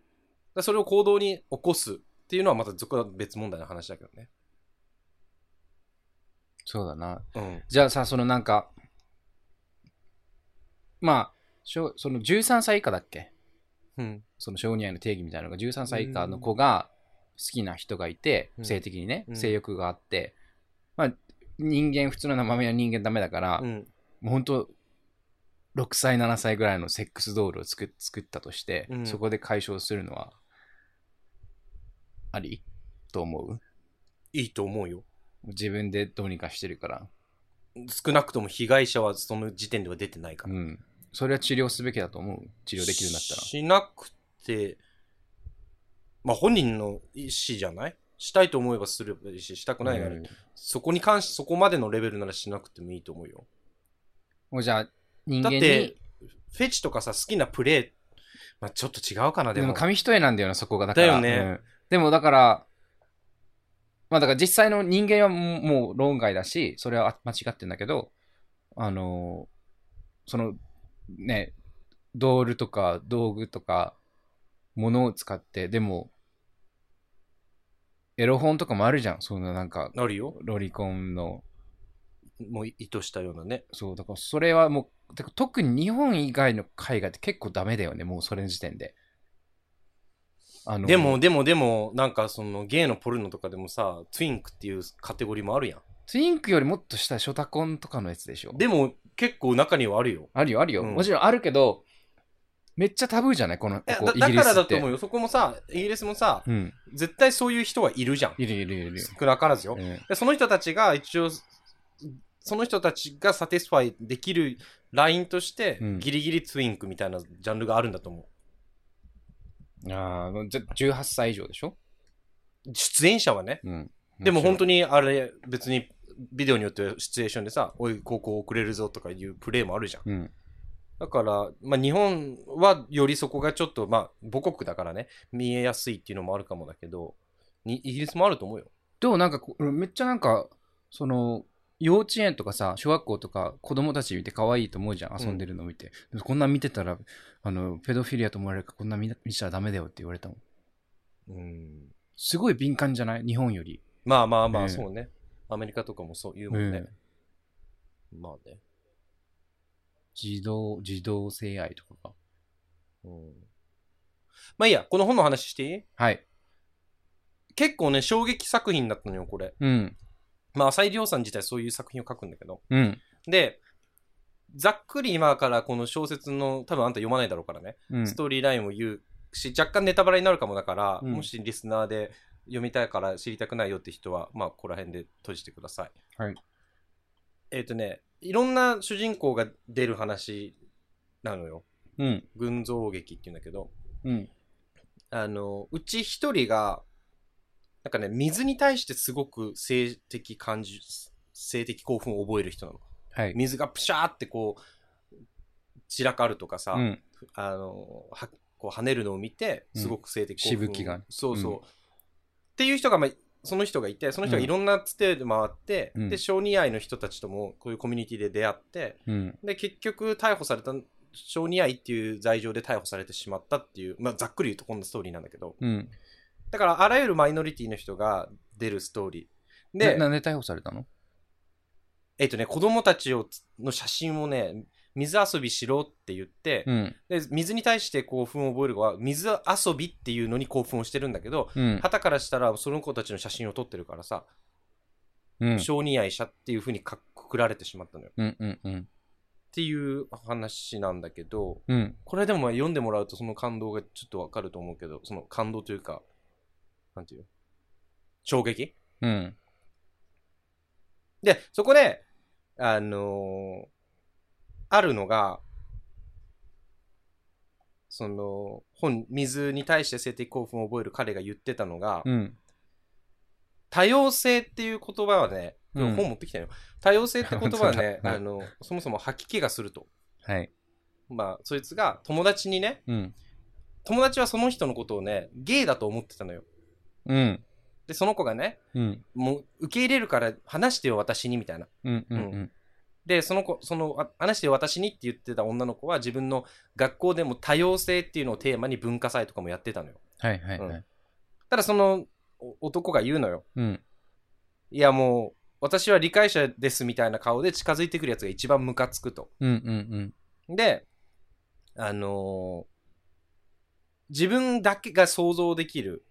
[SPEAKER 1] だからそれを行動に起こすっていうのはまたそこは別問題の話だけどね
[SPEAKER 2] そうだな。
[SPEAKER 1] うん
[SPEAKER 2] じゃあさ、そのなんか、まあ、しょその13歳以下だっけ
[SPEAKER 1] うん
[SPEAKER 2] その小児愛の定義みたいなのが13歳以下の子が好きな人がいて、
[SPEAKER 1] うん
[SPEAKER 2] 性的にね、
[SPEAKER 1] うん
[SPEAKER 2] 性欲があって、まあ、人間普通の生身の人間ダメだから、
[SPEAKER 1] うん
[SPEAKER 2] もう本当6歳7歳ぐらいのセックスドールを作作ったとして、
[SPEAKER 1] うん
[SPEAKER 2] そこで解消するのはありと思う
[SPEAKER 1] いいと思うよ
[SPEAKER 2] 自分でどうにかしてるから、
[SPEAKER 1] 少なくとも被害者はその時点では出てないから
[SPEAKER 2] うん、それは治療すべきだと思う治療できるんだったら
[SPEAKER 1] しなくてまあ本人の意思じゃないしたいと思えばすればいいし、したくないなら、
[SPEAKER 2] うん
[SPEAKER 1] そこに関し、そこまでのレベルならしなくてもいいと思うよ。
[SPEAKER 2] もうじゃあ、人
[SPEAKER 1] だっ
[SPEAKER 2] 間
[SPEAKER 1] て
[SPEAKER 2] に、、
[SPEAKER 1] フェチとかさ、好きなプレイ、まあちょっと違うかな、で
[SPEAKER 2] で
[SPEAKER 1] も。
[SPEAKER 2] も紙一重なんだよな、そこが。だから。
[SPEAKER 1] だよね
[SPEAKER 2] うんでもだから、まあだから実際の人間はもうもう論外だし、それは間違ってんだけど、あのーその、ね、ドールとか道具とか、物を使って、でも、エロ本とかもあるじゃん。そんななんか、
[SPEAKER 1] なるよ。
[SPEAKER 2] ロリコンの。
[SPEAKER 1] もう意図したようなね。
[SPEAKER 2] そう、だからそれはもう、てか特に日本以外の海外って結構ダメだよね、もうそれの時点で。あの
[SPEAKER 1] でも、、でも、でも、なんかそのゲイのポルノとかでもさ、ツインクっていうカテゴリーもあるやん。
[SPEAKER 2] ツインクよりもっと下、ショタコンとかのやつでしょ。
[SPEAKER 1] でも、結構中にはあるよ。
[SPEAKER 2] あるよ、あるよ、
[SPEAKER 1] うん
[SPEAKER 2] もちろんあるけど、めっちゃタブーじゃないこの、こ
[SPEAKER 1] いや
[SPEAKER 2] こ
[SPEAKER 1] だ
[SPEAKER 2] イギ
[SPEAKER 1] だ
[SPEAKER 2] リ
[SPEAKER 1] か
[SPEAKER 2] ス
[SPEAKER 1] ら
[SPEAKER 2] っ
[SPEAKER 1] だ
[SPEAKER 2] て。
[SPEAKER 1] と思うよ。そこもさ、イギリスもさ、
[SPEAKER 2] うん。
[SPEAKER 1] 絶対そういう人はいるじゃん。
[SPEAKER 2] いるいるいるいるよ。
[SPEAKER 1] 少なからずよ。
[SPEAKER 2] うん
[SPEAKER 1] でその人たちが一応、その人たちがサティスファイできるラインとして、
[SPEAKER 2] うん
[SPEAKER 1] ギリギリツインクみたいなジャンルがあるんだと思
[SPEAKER 2] ああ、じゃ18歳以上でしょ
[SPEAKER 1] う。出演者はね。
[SPEAKER 2] うん。
[SPEAKER 1] でも本当
[SPEAKER 2] に。
[SPEAKER 1] にあれ、別にビデオによってシチュエーションでさ、おい、高校遅れるぞとかいうプレイもあるじゃん。
[SPEAKER 2] うん。
[SPEAKER 1] だから、まあ日本はよりそこがちょっと、まあ母国だからね、見えやすいっていうのもあるかもだけど、にイギリスもあると思うよ。
[SPEAKER 2] でもなんかこ、めっちゃなんか、その、幼稚園とかさ、小学校とか子供たち見て可愛いと思うじゃん、遊んでるの見て。でもこんなん見てたら、あの、ペドフィリアと思われるからこんなん見見ちゃダメだよって言われたもん。
[SPEAKER 1] うん。
[SPEAKER 2] すごい敏感じゃない日本より。
[SPEAKER 1] まあまあま
[SPEAKER 2] う
[SPEAKER 1] あ、
[SPEAKER 2] ん
[SPEAKER 1] そうね。アメリカとかもそう言うもんね。まあね。
[SPEAKER 2] 児童、児童性愛とかが。
[SPEAKER 1] うんまあいいや、この本の話していい
[SPEAKER 2] はい。
[SPEAKER 1] 結構ね、衝撃作品だったのよ、これ。
[SPEAKER 2] うん。
[SPEAKER 1] まあ、浅井亮さん自体そういう作品を書くんだけど。
[SPEAKER 2] うん。
[SPEAKER 1] で、ざっくり今からこの小説の、多分あんた読まないだろうからね、
[SPEAKER 2] うん
[SPEAKER 1] ストーリーラインを言うし、若干ネタバレになるかもだから、
[SPEAKER 2] うん
[SPEAKER 1] もしリスナーで読みたいから知りたくないよって人は、まあ、ここら辺で閉じてください。
[SPEAKER 2] はい。
[SPEAKER 1] えっ、とね、いろんな主人公が出る話なのよ。
[SPEAKER 2] うん。
[SPEAKER 1] 群像劇っていうんだけど。
[SPEAKER 2] うん。
[SPEAKER 1] あの、うち一人が、なんかね、水に対してすごく性的感じ、性的興奮を覚える人なの。
[SPEAKER 2] はい。
[SPEAKER 1] 水がプシャーってこう、散らかるとかさ、
[SPEAKER 2] うん。
[SPEAKER 1] あの、は、こう跳ねるのを見て、
[SPEAKER 2] うん
[SPEAKER 1] すごく性的興奮を、
[SPEAKER 2] しぶきが
[SPEAKER 1] そうそう。
[SPEAKER 2] うん
[SPEAKER 1] っていう人が、まあ、その人がいて、その人がいろんなつてで回って、
[SPEAKER 2] うん
[SPEAKER 1] で、小児愛の人たちとも、こういうコミュニティで出会って、
[SPEAKER 2] うん。
[SPEAKER 1] で、結局、逮捕された、小児愛っていう罪状で逮捕されてしまったっていう、まあ、ざっくり言うとこんなストーリーなんだけど、
[SPEAKER 2] うん。
[SPEAKER 1] だから、あらゆるマイノリティの人が出るストーリー。
[SPEAKER 2] で、
[SPEAKER 1] で、
[SPEAKER 2] なんで逮捕されたの
[SPEAKER 1] えっ、とね、子供たちをつ、の写真をね、水遊びしろって言って、
[SPEAKER 2] うん。
[SPEAKER 1] で水に対して興奮を覚えるのは、水遊びっていうのに興奮をしてるんだけど、
[SPEAKER 2] うん。
[SPEAKER 1] 旗からしたら、その子たちの写真を撮ってるからさ、
[SPEAKER 2] うん。
[SPEAKER 1] 小児愛者っていうふうにかっくくられてしまったのよ。
[SPEAKER 2] うん。うん。うん。
[SPEAKER 1] っていう話なんだけど、
[SPEAKER 2] うん。
[SPEAKER 1] これでもまあ読んでもらうとその感動がちょっとわかると思うけど、その感動というか、なんていう衝撃
[SPEAKER 2] うん。
[SPEAKER 1] で、そこで、あのーあるのが、その、本、水に対して性的興奮を覚える彼が言ってたのが、
[SPEAKER 2] うん。
[SPEAKER 1] 多様性っていう言葉はね、
[SPEAKER 2] うん、
[SPEAKER 1] 本持ってきたよ。多様性って言葉はね
[SPEAKER 2] 本当だ
[SPEAKER 1] あの、そもそも吐き気がすると。
[SPEAKER 2] はい。
[SPEAKER 1] まあ、そいつが友達にね、
[SPEAKER 2] うん。
[SPEAKER 1] 友達はその人のことをね、ゲイだと思ってたのよ。
[SPEAKER 2] うん。
[SPEAKER 1] で、その子がね、
[SPEAKER 2] うん。
[SPEAKER 1] もう受け入れるから話してよ、私に、みたいな。
[SPEAKER 2] うん。うん。
[SPEAKER 1] で、その子、その、あ話してよ、私にって言ってた女の子は自分の学校でも多様性っていうのをテーマに文化祭とかもやってたのよ。
[SPEAKER 2] はい。はい。はい。
[SPEAKER 1] ただそのお男が言うのよ。
[SPEAKER 2] うん。
[SPEAKER 1] いやもう、私は理解者ですみたいな顔で近づいてくるやつが一番ムカつくと。
[SPEAKER 2] うん。うん。
[SPEAKER 1] で、あのー自分だけが想像できる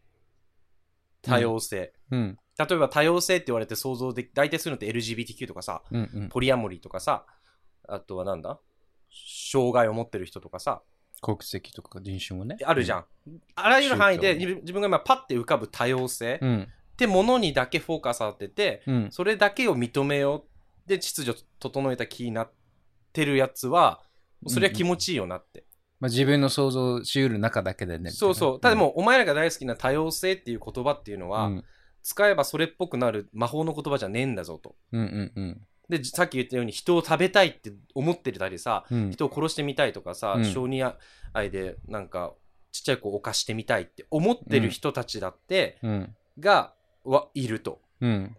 [SPEAKER 1] 多様性。
[SPEAKER 2] うん。
[SPEAKER 1] 例えば多様性って言われて想像でき、大体するのって LGBTQ とかさ、
[SPEAKER 2] うん。うん。
[SPEAKER 1] ポリアモリーとかさ、あとはなんだ障害を持ってる人とかさ、
[SPEAKER 2] 国籍とか人種もね。
[SPEAKER 1] あるじゃん。あらゆる範囲で
[SPEAKER 2] 宗教
[SPEAKER 1] 自分が今パッて浮かぶ多様性
[SPEAKER 2] う
[SPEAKER 1] っ
[SPEAKER 2] ん。
[SPEAKER 1] てものにだけフォーカス当てて、
[SPEAKER 2] うん。
[SPEAKER 1] それだけを認めようで秩序整えた気になってるやつは、それは気持ちいいよなって。
[SPEAKER 2] まあ、自分の想像しうる中だけでね。
[SPEAKER 1] そうそう。ただもう、お前らが大好きな多様性っていう言葉っていうの
[SPEAKER 2] う
[SPEAKER 1] は、
[SPEAKER 2] ん、
[SPEAKER 1] 使えばそれっぽくなる魔法の言葉じゃねえんだぞと。
[SPEAKER 2] うんうんうん
[SPEAKER 1] で、じさっき言ったように人を食べたいって思ってたりさ、
[SPEAKER 2] うん。
[SPEAKER 1] 人を殺してみたいとかさ、
[SPEAKER 2] うん
[SPEAKER 1] 小児愛でなんかちっちゃい子を犯してみたいって思ってる人たちだって、
[SPEAKER 2] うん。
[SPEAKER 1] がはいると。
[SPEAKER 2] うん。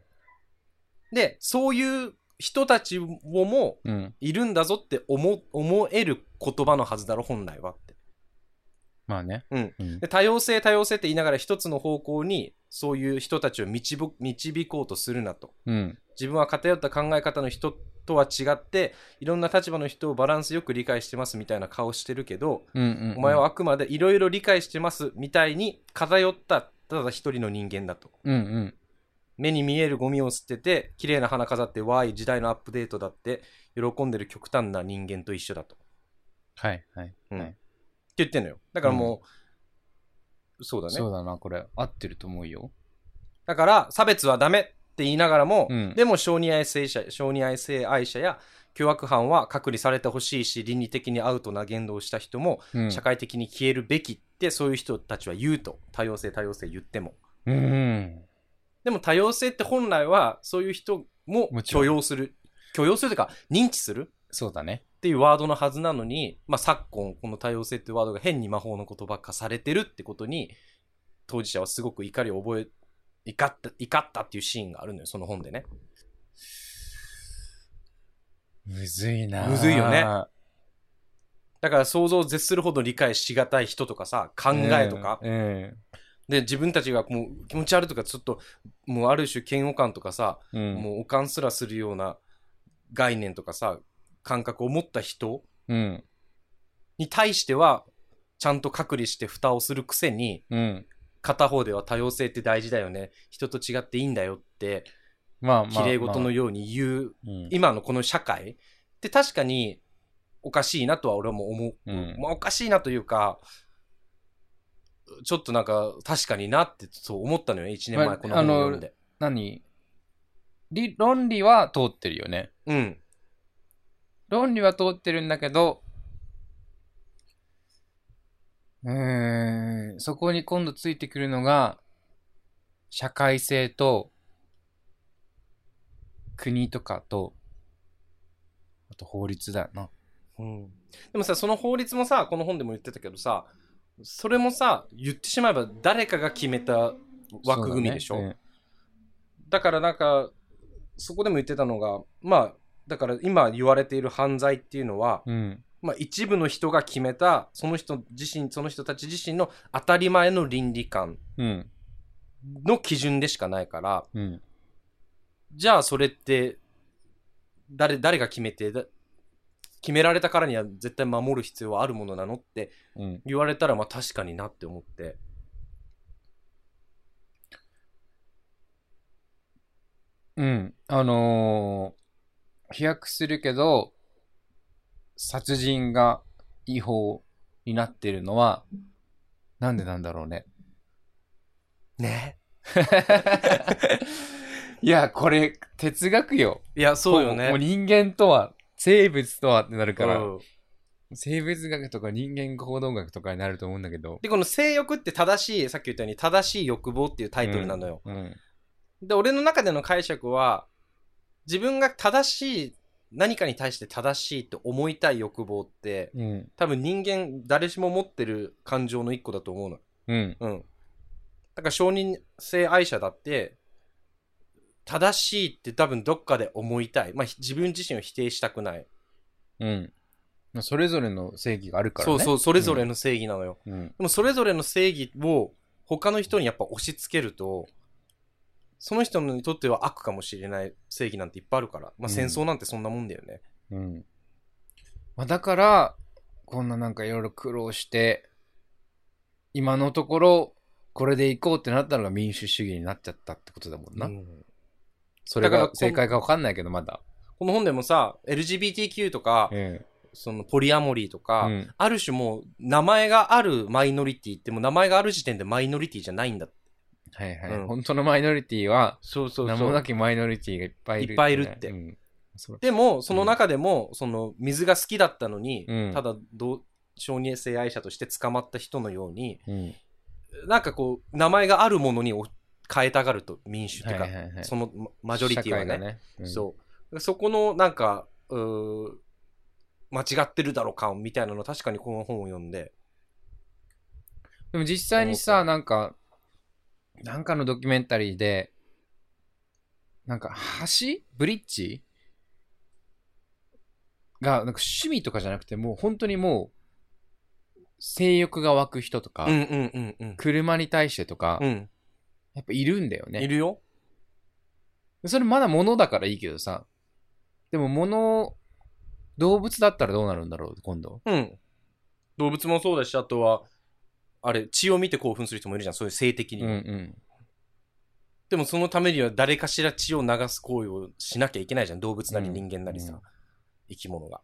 [SPEAKER 1] で、そういう人たちをも
[SPEAKER 2] うん。
[SPEAKER 1] いるんだぞって思思える言葉のはずだろ、本来はって。
[SPEAKER 2] まあね。
[SPEAKER 1] うん
[SPEAKER 2] うん。
[SPEAKER 1] で多様性、多様性って言いながら一つの方向にそういう人たちを導く導こうとするなと。
[SPEAKER 2] うん。
[SPEAKER 1] 自分は偏った考え方の人とは違っていろんな立場の人をバランスよく理解してますみたいな顔してるけど、
[SPEAKER 2] うんうん。
[SPEAKER 1] お前はあくまでいろいろ理解してますみたいに偏ったただ一人の人間だと
[SPEAKER 2] うんうん。
[SPEAKER 1] 目に見えるゴミを捨てて綺麗な花飾ってわーい時代のアップデートだって喜んでる極端な人間と一緒だと、
[SPEAKER 2] はいはい。
[SPEAKER 1] うん
[SPEAKER 2] はい
[SPEAKER 1] って言ってんのよだからもう、そうだね
[SPEAKER 2] そうだな、これ。合ってると思うよ。
[SPEAKER 1] だから差別はダメって言いながらも、
[SPEAKER 2] うん
[SPEAKER 1] でも小児愛性者小児愛性愛者や凶悪犯は隔離されてほしいし倫理的にアウトな言動をした人も
[SPEAKER 2] うん。
[SPEAKER 1] 社会的に消えるべきってそういう人たちは言うと多様性多様性言っても
[SPEAKER 2] うん。
[SPEAKER 1] でも多様性って本来はそういう人も
[SPEAKER 2] もちろん
[SPEAKER 1] 許容する許容するというか認知する
[SPEAKER 2] そうだね。
[SPEAKER 1] っていうワードのはずなのに、まあ、昨今この多様性ってワードが変に魔法の言葉化されてるってことに当事者はすごく怒りを覚え怒った怒ったっていうシーンがあるのよその本でね
[SPEAKER 2] むずいな。
[SPEAKER 1] むずいよね。だから想像を絶するほど理解しがたい人とかさ考えとか、
[SPEAKER 2] うん。うん
[SPEAKER 1] で自分たちがもう気持ち悪いとかちょっともうある種嫌悪感とかさ、
[SPEAKER 2] うん。
[SPEAKER 1] もうおかんすらするような概念とかさ感覚を持った人
[SPEAKER 2] うん。
[SPEAKER 1] に対してはちゃんと隔離して蓋をするくせに
[SPEAKER 2] うん。
[SPEAKER 1] 片方では多様性って大事だよね人と違っていいんだよって
[SPEAKER 2] まあまあ。
[SPEAKER 1] 綺麗事の
[SPEAKER 2] よ
[SPEAKER 1] ように言う
[SPEAKER 2] うに。
[SPEAKER 1] 今のこの社会って確かにおかしいなとは俺も思う、
[SPEAKER 2] うん
[SPEAKER 1] まあおかしいなというかちょっとなんか確かになってそう思ったのよ1年
[SPEAKER 2] まあ
[SPEAKER 1] 前この本を読んで、
[SPEAKER 2] 何理論理は通ってるよね。
[SPEAKER 1] うん
[SPEAKER 2] 論理は通ってるんだけど、うーん、そこに今度ついてくるのが、社会性と、国とかと、あと法律だよな。
[SPEAKER 1] うん、でもさその法律もさこの本でも言ってたけどさそれもさ言ってしまえば誰かが決めた枠組みでしょ
[SPEAKER 2] そうだね
[SPEAKER 1] だからなんかそこでも言ってたのがまあだから今言われている犯罪っていうのは、
[SPEAKER 2] うん。
[SPEAKER 1] まあ、一部の人が決めたその人自身その人たち自身の当たり前の倫理観
[SPEAKER 2] うん。
[SPEAKER 1] の基準でしかないから
[SPEAKER 2] うん。
[SPEAKER 1] じゃあそれって誰誰が決めてだ決められたからには絶対守る必要はあるものなのって
[SPEAKER 2] うん。
[SPEAKER 1] 言われたらまあ確かになって思って
[SPEAKER 2] うん。あのー飛躍するけど、殺人が違法になってるのは、なんでなんだろうね。
[SPEAKER 1] ね
[SPEAKER 2] いや、これ、哲学よ。
[SPEAKER 1] いやそうよね
[SPEAKER 2] もう人間とは、生物とはってなるから、
[SPEAKER 1] うん
[SPEAKER 2] 生物学とか人間行動学とかになると思うんだけど。
[SPEAKER 1] でこの性欲って正しいさっき言ったように正しい欲望っていうタイトルなのよ、
[SPEAKER 2] うん。
[SPEAKER 1] で、俺の中での解釈は、自分が正しい、何かに対して正しいと思いたい欲望って、
[SPEAKER 2] うん。
[SPEAKER 1] 多分人間誰しも持ってる感情の一個だと思うの。
[SPEAKER 2] うん。
[SPEAKER 1] うん。だから承認性愛者だって、正しいって多分どっかで思いたい。まあ、ひ自分自身を否定したくない。
[SPEAKER 2] うん。まあそれぞれの正義があるから
[SPEAKER 1] そ
[SPEAKER 2] ね。
[SPEAKER 1] うそう、それぞれの正義なのよ。
[SPEAKER 2] う。うん。
[SPEAKER 1] でもそれぞれの正義を他の人にやっぱ押し付けると、その人にとっては悪かもしれない正義なんていっぱいあるから、ま
[SPEAKER 2] ん
[SPEAKER 1] あ、戦争なんてそんなもんだよね。
[SPEAKER 2] うん。まあ、だから、こんななんかいろいろ苦労して、今のところ、これでいこうってなったのが民主主義になっちゃったってことだもんな。
[SPEAKER 1] うん
[SPEAKER 2] そ
[SPEAKER 1] だ
[SPEAKER 2] れ
[SPEAKER 1] から
[SPEAKER 2] が
[SPEAKER 1] こん
[SPEAKER 2] 正解かわかんないけど、まだ。
[SPEAKER 1] この本でもさ、LGBTQ とか、
[SPEAKER 2] うん。
[SPEAKER 1] そのポリアモリーとか、
[SPEAKER 2] うん
[SPEAKER 1] ある種もう名前があるマイノリティってもう名前がある時点でマイノリティじゃないんだ。
[SPEAKER 2] はいはい、
[SPEAKER 1] うん
[SPEAKER 2] 本当のマイノリティは、
[SPEAKER 1] そうそ
[SPEAKER 2] 名もなきマイノリティがいっぱいいる。
[SPEAKER 1] いっぱいいるって
[SPEAKER 2] うん。そう
[SPEAKER 1] でも、その中でも、その水が好きだったのに、
[SPEAKER 2] うん
[SPEAKER 1] ただどう、小児性愛者として捕まった人のように、
[SPEAKER 2] うん。
[SPEAKER 1] なんかこう、名前があるものにお変えたがると、民主とか、
[SPEAKER 2] いは
[SPEAKER 1] そのまマジョリティは
[SPEAKER 2] 社会が
[SPEAKER 1] ね。
[SPEAKER 2] ね。うん
[SPEAKER 1] そう。そこの、なんか、うー間違ってるだろうか、みたいなの、確かにこの本を読んで、
[SPEAKER 2] でも実際に
[SPEAKER 1] 思っ
[SPEAKER 2] さ、
[SPEAKER 1] た
[SPEAKER 2] なんか、なんかのドキュメンタリーで、なんか橋ブリッジが、なんか趣味とかじゃなくて、もう本当にもう、性欲が湧く人とか、
[SPEAKER 1] うんうんうんうん。
[SPEAKER 2] 車に対してとか、
[SPEAKER 1] うん、
[SPEAKER 2] やっぱいるんだよ
[SPEAKER 1] い
[SPEAKER 2] ね。
[SPEAKER 1] るよ。
[SPEAKER 2] それまだ物だからいいけどさ、でも物、動物だったらどうなるんだろう、今度。
[SPEAKER 1] うん。動物もそうだし、あとは、あれ、血を見て興奮する人もいるじゃん、そういう性的
[SPEAKER 2] う
[SPEAKER 1] に。
[SPEAKER 2] んうん。
[SPEAKER 1] でもそのためには誰かしら血を流す行為をしなきゃいけないじゃん。動物なり
[SPEAKER 2] うん
[SPEAKER 1] 人間なりさ、
[SPEAKER 2] うん
[SPEAKER 1] 生き物が。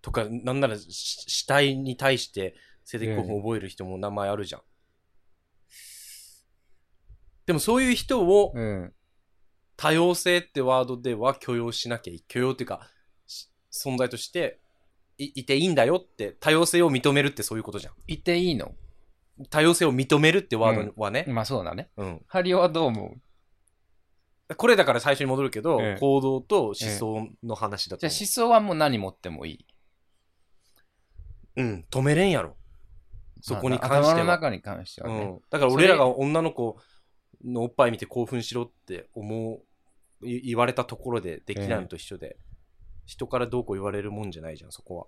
[SPEAKER 1] とか、なんならし死体に対して性的興奮を覚える人も名前あるじゃん。でもそういう人を
[SPEAKER 2] うん。
[SPEAKER 1] 多様性ってワードでは許容しなきゃい許容っていうか、し存在としていいていいんだよって、多様性を認めるってそういうことじゃん。
[SPEAKER 2] いていいの
[SPEAKER 1] 多様性を認めるってワードはね、
[SPEAKER 2] まあそうだね。
[SPEAKER 1] うん、
[SPEAKER 2] ハリオはどう思う
[SPEAKER 1] これだから最初に戻るけど、
[SPEAKER 2] ええ
[SPEAKER 1] 行動と思想の話だ
[SPEAKER 2] じ
[SPEAKER 1] と
[SPEAKER 2] ゃあ
[SPEAKER 1] 思う、
[SPEAKER 2] 思想はもう何持ってもいい。
[SPEAKER 1] うん、止めれんやろ。そこに関
[SPEAKER 2] まあ
[SPEAKER 1] し
[SPEAKER 2] 頭
[SPEAKER 1] て
[SPEAKER 2] の
[SPEAKER 1] は。
[SPEAKER 2] 中に関しては
[SPEAKER 1] う
[SPEAKER 2] ね。
[SPEAKER 1] ん、だから俺らが女の子のおっぱい見て興奮しろって思う、い言われたところでできないのと一緒で、人からどうこう言われるもんじゃないじゃん、そこは。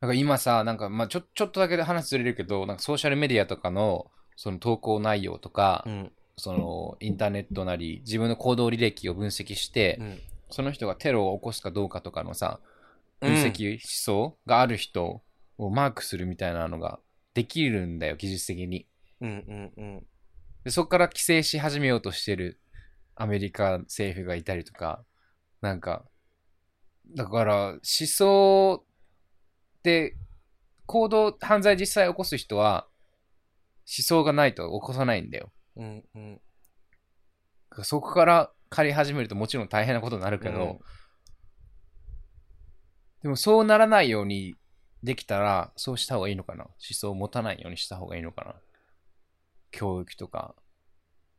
[SPEAKER 2] なんか今さ、なんかまあちょちょっとだけで話ずれるけど、なんかソーシャルメディアとかのその投稿内容とか、
[SPEAKER 1] うん。
[SPEAKER 2] そのインターネットなり、自分の行動履歴を分析して、
[SPEAKER 1] うん。
[SPEAKER 2] その人がテロを起こすかどうかとかのさ、
[SPEAKER 1] うん
[SPEAKER 2] 分析思想がある人をマークするみたいなのができるんだよ、技術的に。
[SPEAKER 1] うんうんうん。
[SPEAKER 2] でそこから規制し始めようとしてるアメリカ政府がいたりとか、なんか、だから思想で行動、犯罪実際起こす人は思想がないと起こさないんだよ。
[SPEAKER 1] うんうん。
[SPEAKER 2] だからそこから借り始めるともちろん大変なことになるけど、
[SPEAKER 1] うん
[SPEAKER 2] でもそうならないようにできたら、そうした方がいいのかな思想を持たないようにした方がいいのかな教育とか、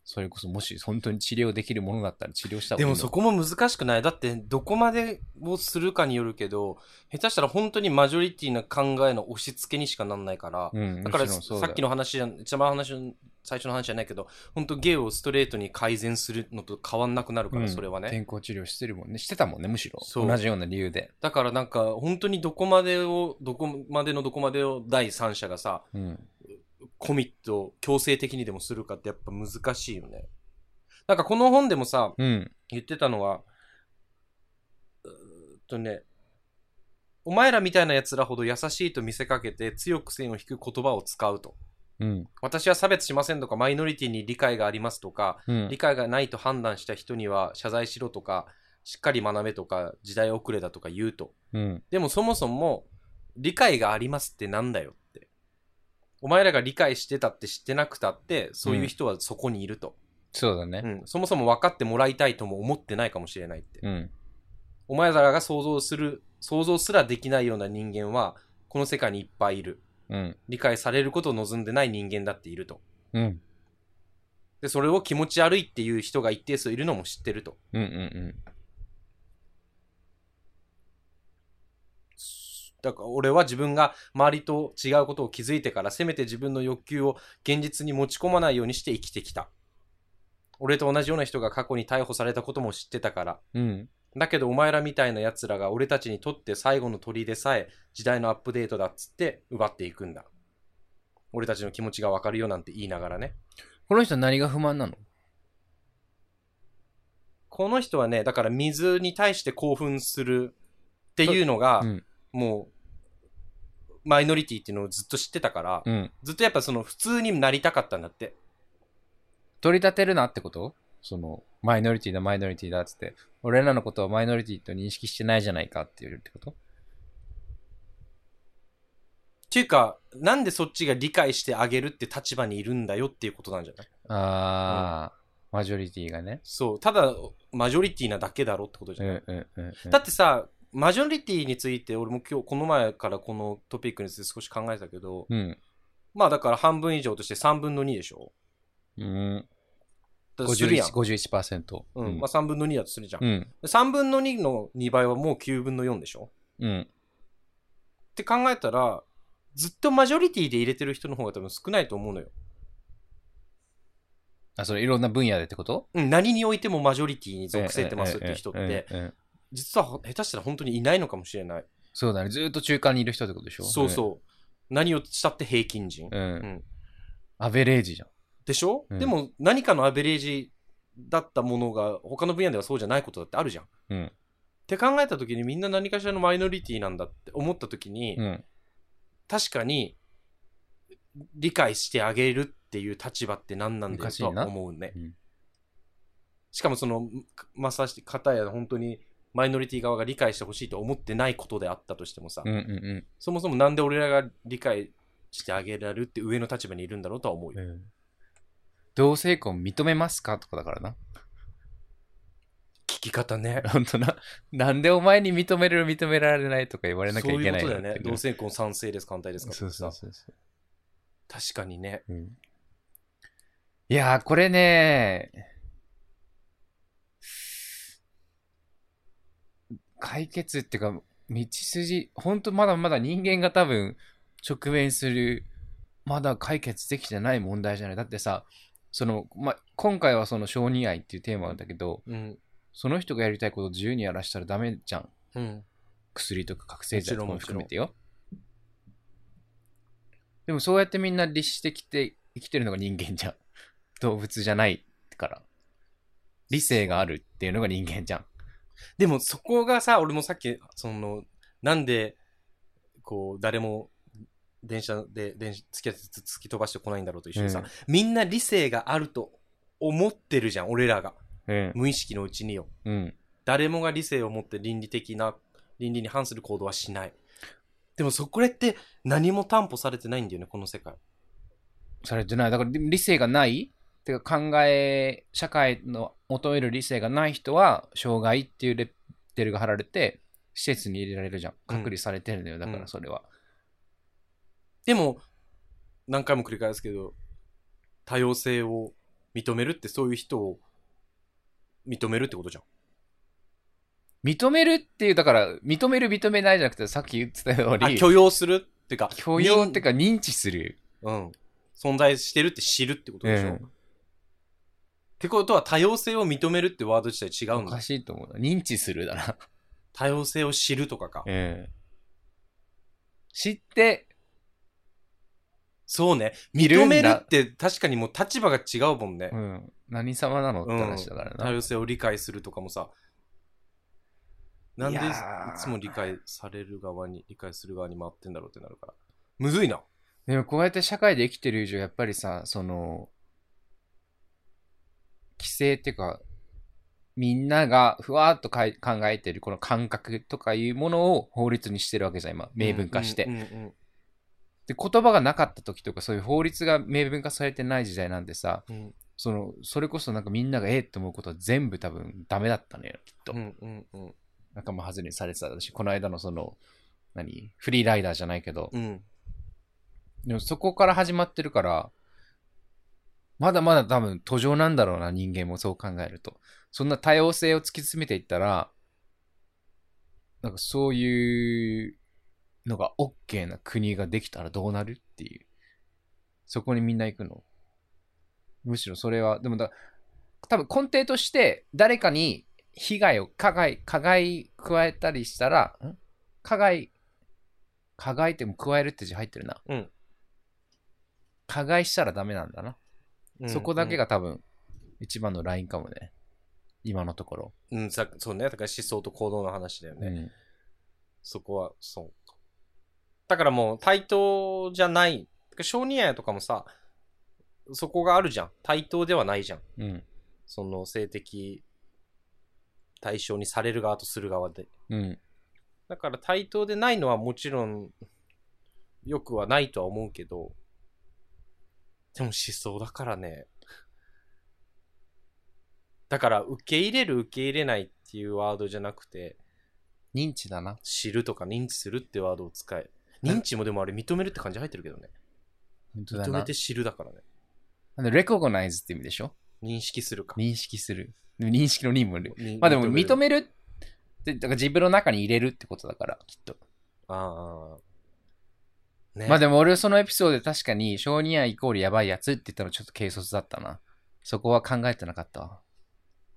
[SPEAKER 2] それこそもし本当に治療できるものだったら治療した方が
[SPEAKER 1] で
[SPEAKER 2] いいの
[SPEAKER 1] もそこも難しくないだってどこまでをするかによるけど下手したら本当にマジョリティな考えの押し付けにしかなんないから、
[SPEAKER 2] うん、
[SPEAKER 1] だから
[SPEAKER 2] もちろんそう
[SPEAKER 1] さ
[SPEAKER 2] だ
[SPEAKER 1] っきの話じゃん一番話の最初の話じゃないけど本当ゲイをストレートに改善するのと変わんなくなるから、
[SPEAKER 2] うん
[SPEAKER 1] それはね
[SPEAKER 2] 健康治療してるもんね。してたもんね、むしろ。
[SPEAKER 1] そう
[SPEAKER 2] 同じような理由で。
[SPEAKER 1] だからなんか本当にどこまでをどこまでのどこまでを第三者がさ
[SPEAKER 2] うん。
[SPEAKER 1] コミットを強制的にでもするかってやっぱ難しいよねなんかこの本でもさ、
[SPEAKER 2] うん。
[SPEAKER 1] 言ってたのは、うーっとね、お前らみたいな奴らほど優しいと見せかけて強く線を引く言葉を使うと。
[SPEAKER 2] うん。
[SPEAKER 1] 私は差別しませんとか、マイノリティに理解がありますとか、
[SPEAKER 2] うん
[SPEAKER 1] 理解がないと判断した人には謝罪しろとか、しっかり学べとか、時代遅れだとか言うと。
[SPEAKER 2] うん。
[SPEAKER 1] でもそもそも、理解がありますってなんだよって。お前らが理解してたって知ってなくたって、そういう人はそこにいると。
[SPEAKER 2] そうだね。
[SPEAKER 1] うんそもそも分かってもらいたいとも思ってないかもしれないって。
[SPEAKER 2] うん。
[SPEAKER 1] お前らが想像する、想像すらできないような人間は、この世界にいっぱいいる。
[SPEAKER 2] うん。
[SPEAKER 1] 理解されることを望んでない人間だっていると。
[SPEAKER 2] うん。
[SPEAKER 1] で、それを気持ち悪いっていう人が一定数いるのも知ってると。
[SPEAKER 2] うん。うん。
[SPEAKER 1] だから俺は自分が周りと違うことを気づいてから、せめて自分の欲求を現実に持ち込まないようにして生きてきた。俺と同じような人が過去に逮捕されたことも知ってたから。
[SPEAKER 2] うん。
[SPEAKER 1] だけどお前らみたいな奴らが俺たちにとって最後の鳥でさえ時代のアップデートだっつって奪っていくんだ。俺たちの気持ちがわかるよなんて言いながらね。
[SPEAKER 2] この人何が不満なの
[SPEAKER 1] この人はね、だから水に対して興奮するっていうのが、
[SPEAKER 2] うん
[SPEAKER 1] もう、マイノリティっていうのをずっと知ってたから、
[SPEAKER 2] うん。
[SPEAKER 1] ずっとやっぱその普通になりたかったんだって。
[SPEAKER 2] 取り立てるなってことその、マイノリティだ、マイノリティだっつって、俺らのことをマイノリティと認識してないじゃないかって言うってこと
[SPEAKER 1] っていうか、なんでそっちが理解してあげるって立場にいるんだよっていうことなんじゃない
[SPEAKER 2] ああ、マジョリティがね。
[SPEAKER 1] そう。ただ、マジョリティなだけだろってことじゃない
[SPEAKER 2] うんうんうんうん。
[SPEAKER 1] だってさ、マジョリティについて俺も今日この前からこのトピックについて少し考えたけど、
[SPEAKER 2] うん。
[SPEAKER 1] まあだから半分以上として3分の2でしょ
[SPEAKER 2] うん。
[SPEAKER 1] だからするやん。
[SPEAKER 2] 51%。51%
[SPEAKER 1] う
[SPEAKER 2] うんん
[SPEAKER 1] まあ、。3分の2だとするじゃん。
[SPEAKER 2] うん。
[SPEAKER 1] 3分の2の2倍はもう9分の4でしょ
[SPEAKER 2] うん。
[SPEAKER 1] って考えたら、ずっとマジョリティで入れてる人の方が多分少ないと思うのよ。
[SPEAKER 2] あ、それいろんな分野でってこと
[SPEAKER 1] うん、何においてもマジョリティに属せてますっていう人っ
[SPEAKER 2] ええええ
[SPEAKER 1] て、
[SPEAKER 2] ええええ
[SPEAKER 1] 実は下手したら本当にいないのかもしれない。
[SPEAKER 2] そうだね。ずーっと中間にいる人ってことでしょ
[SPEAKER 1] そうそう。何をしたって平均人
[SPEAKER 2] う。ん。うん
[SPEAKER 1] うん
[SPEAKER 2] アベレージじゃん。
[SPEAKER 1] でしょ、
[SPEAKER 2] うん
[SPEAKER 1] でも何かのアベレージだったものが他の分野ではそうじゃないことだってあるじゃん。っ
[SPEAKER 2] うん。
[SPEAKER 1] て考えた時にみんな何かしらのマイノリティなんだって思った時に、
[SPEAKER 2] うん。
[SPEAKER 1] 確かに理解してあげるっていう立場って何なんだ
[SPEAKER 2] お
[SPEAKER 1] よ
[SPEAKER 2] かしい
[SPEAKER 1] と
[SPEAKER 2] な
[SPEAKER 1] は思うね。
[SPEAKER 2] うん
[SPEAKER 1] しかもそのまさし片や本当にマイノリティ側が理解してほしいと思ってないことであったとしてもさ、
[SPEAKER 2] うんうん
[SPEAKER 1] そもそもなんで俺らが理解してあげられるって上の立場にいるんだろうとは思うよ。
[SPEAKER 2] うん。同性婚認めますかとかだからな。
[SPEAKER 1] 聞き方ね。
[SPEAKER 2] 本当な。なんでお前に認めれる認められないとか言われなきゃいけない
[SPEAKER 1] そ
[SPEAKER 2] の
[SPEAKER 1] ういうことだよね。同
[SPEAKER 2] って
[SPEAKER 1] 性婚賛成です、反対ですか
[SPEAKER 2] そうそう
[SPEAKER 1] と
[SPEAKER 2] そうそう。
[SPEAKER 1] かさ確かにね。
[SPEAKER 2] うんいやー、これね解決っていうか、道筋、ほんとまだまだ人間が多分直面する、まだ解決できてない問題じゃない。だってさ、その、ま、今回はその承認愛っていうテーマなんだけど、
[SPEAKER 1] うん。
[SPEAKER 2] その人がやりたいことを自由にやらしたらダメじゃん。
[SPEAKER 1] うん。
[SPEAKER 2] 薬とか覚醒剤とかも
[SPEAKER 1] もちろ
[SPEAKER 2] 含
[SPEAKER 1] ん
[SPEAKER 2] めてよ。でもそうやってみんな律してきて生きてるのが人間じゃん。 動物じゃないから。理性があるっていうのが人間じゃん。
[SPEAKER 1] でもそこがさ、俺もさっき、その、なんで、こう、誰も、電車で、電車、突き突き飛ばしてこないんだろうと一緒にさ、
[SPEAKER 2] うん
[SPEAKER 1] みんな理性があると思ってるじゃん、俺らが。
[SPEAKER 2] うん。
[SPEAKER 1] 無意識のうちによ。
[SPEAKER 2] うん。
[SPEAKER 1] 誰もが理性を持って倫理的な、倫理に反する行動はしない。でもそこれって何も担保されてないんだよね、この世界。
[SPEAKER 2] されてない。だから理性がないっていうか考え、社会の求める理性がない人は、障害っていうレッテルが貼られて、施設に入れられるじゃん。隔離されてるのよ。だからそれは。
[SPEAKER 1] でも、何回も繰り返すけど、多様性を認めるってそういう人を認めるってことじゃん。
[SPEAKER 2] 認めるっていう、だから、認める認めないじゃなくて、さっき言ってたよう
[SPEAKER 1] あ
[SPEAKER 2] に、
[SPEAKER 1] 許容するっていうか、
[SPEAKER 2] 許容っていうか認知する。
[SPEAKER 1] うん、存在してるって知るってことでしょ。
[SPEAKER 2] うん
[SPEAKER 1] ってことは多様性を認めるってワード自体違う
[SPEAKER 2] お
[SPEAKER 1] ん
[SPEAKER 2] か
[SPEAKER 1] だ。
[SPEAKER 2] しいと思うな。認知する だな。
[SPEAKER 1] 多様性を知るとかか。
[SPEAKER 2] 知って、
[SPEAKER 1] そうね。
[SPEAKER 2] いる
[SPEAKER 1] 認
[SPEAKER 2] んだ
[SPEAKER 1] めるって確かにもう立場が違うもんね。
[SPEAKER 2] うん、何様なのって話だから
[SPEAKER 1] 多
[SPEAKER 2] な。
[SPEAKER 1] 様性を理解するとかもさ。なんでい
[SPEAKER 2] いやー
[SPEAKER 1] つも理解される側に、理解する側に回ってんだろうってなるから。むずいな。
[SPEAKER 2] でもこうやって社会で生きてる以上、やっぱりさ、その、規制っていうか、みんながふわーっとかい考えてるこの感覚とかいうものを法律にしてるわけじゃん、今。明文化して。
[SPEAKER 1] うんうんうん
[SPEAKER 2] で、言葉がなかった時とか、そういう法律が明文化されてない時代なんでさ、
[SPEAKER 1] うん
[SPEAKER 2] その、それこそなんかみんながええって思うことは全部多分ダメだったのよ、きっと。
[SPEAKER 1] うんうんうん
[SPEAKER 2] 仲間外れにされてたし、この間のその、何フリーライダーじゃないけど、
[SPEAKER 1] うん
[SPEAKER 2] でもそこから始まってるから、まだまだ多分途上なんだろうな、人間もそう考えると。そんな多様性を突き詰めていったら、なんかそういうのが OK な国ができたらどうなるっていう。そこにみんな行くの。むしろそれは、でもだ、多分根底として誰かに被害を、加害、加害加えたりしたら、ん加害、加害っても加えるって字入ってるな。
[SPEAKER 1] うん
[SPEAKER 2] 加害したらダメなんだな。
[SPEAKER 1] うん。
[SPEAKER 2] そこだけが多分、一番のラインかもね。今のところ。
[SPEAKER 1] うん、さそうね。だから思想と行動の話だよね。
[SPEAKER 2] うん
[SPEAKER 1] そこは、そう。だからもう対等じゃない。承認愛とかもさ、そこがあるじゃん。対等ではないじゃん。
[SPEAKER 2] うん。
[SPEAKER 1] その性的対象にされる側とする側で。
[SPEAKER 2] うん。
[SPEAKER 1] だから対等でないのはもちろん、よくはないとは思うけど、でも思想だからね。だから受け入れる受け入れないっていうワードじゃなくて、
[SPEAKER 2] 認知だな。
[SPEAKER 1] 知るとか認知するってワードを使え。認知もでもあれ認めるって感じ入ってるけどね。
[SPEAKER 2] 本当だ
[SPEAKER 1] 認め
[SPEAKER 2] な
[SPEAKER 1] て。知るだからね。
[SPEAKER 2] なんで、レコゴナイズって意味でしょ
[SPEAKER 1] 認識するか。
[SPEAKER 2] 認識する。でも認識の任務で。
[SPEAKER 1] に
[SPEAKER 2] まあでも、認。めるって、だから自分の中に入れるってことだから、きっと。
[SPEAKER 1] ああ。ね。
[SPEAKER 2] まあでも俺そのエピソードで確かに小児愛イコールやばいやつって言ったのちょっと軽率だったな。そこは考えてなかったわ。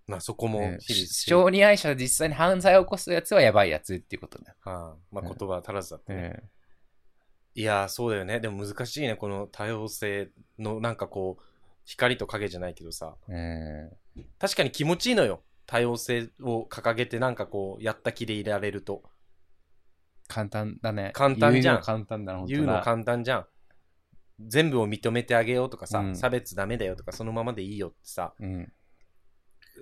[SPEAKER 1] まあそこも
[SPEAKER 2] ね
[SPEAKER 1] 日々知る、
[SPEAKER 2] 小児愛者で実際に犯罪を起こすやつはやばいやつっていうことだよ。
[SPEAKER 1] はあ、まあ
[SPEAKER 2] うん
[SPEAKER 1] 言葉足らずだった
[SPEAKER 2] う
[SPEAKER 1] ね。
[SPEAKER 2] ん。
[SPEAKER 1] いやー、そうだよね。でも難しいね。この多様性のなんかこう、光と影じゃないけどさ。
[SPEAKER 2] う
[SPEAKER 1] 確かに気持ちいいのよ。多様性を掲げてなんかこう、やった気でいられると。
[SPEAKER 2] ん。簡単だね。
[SPEAKER 1] 簡単じゃん
[SPEAKER 2] 言うの簡単だな、本当
[SPEAKER 1] 言うの
[SPEAKER 2] だ
[SPEAKER 1] 簡単じゃん。全部を認めてあげようとかさ、
[SPEAKER 2] うん
[SPEAKER 1] 差別ダメだよとか、そのままでいいよってさ、
[SPEAKER 2] うん。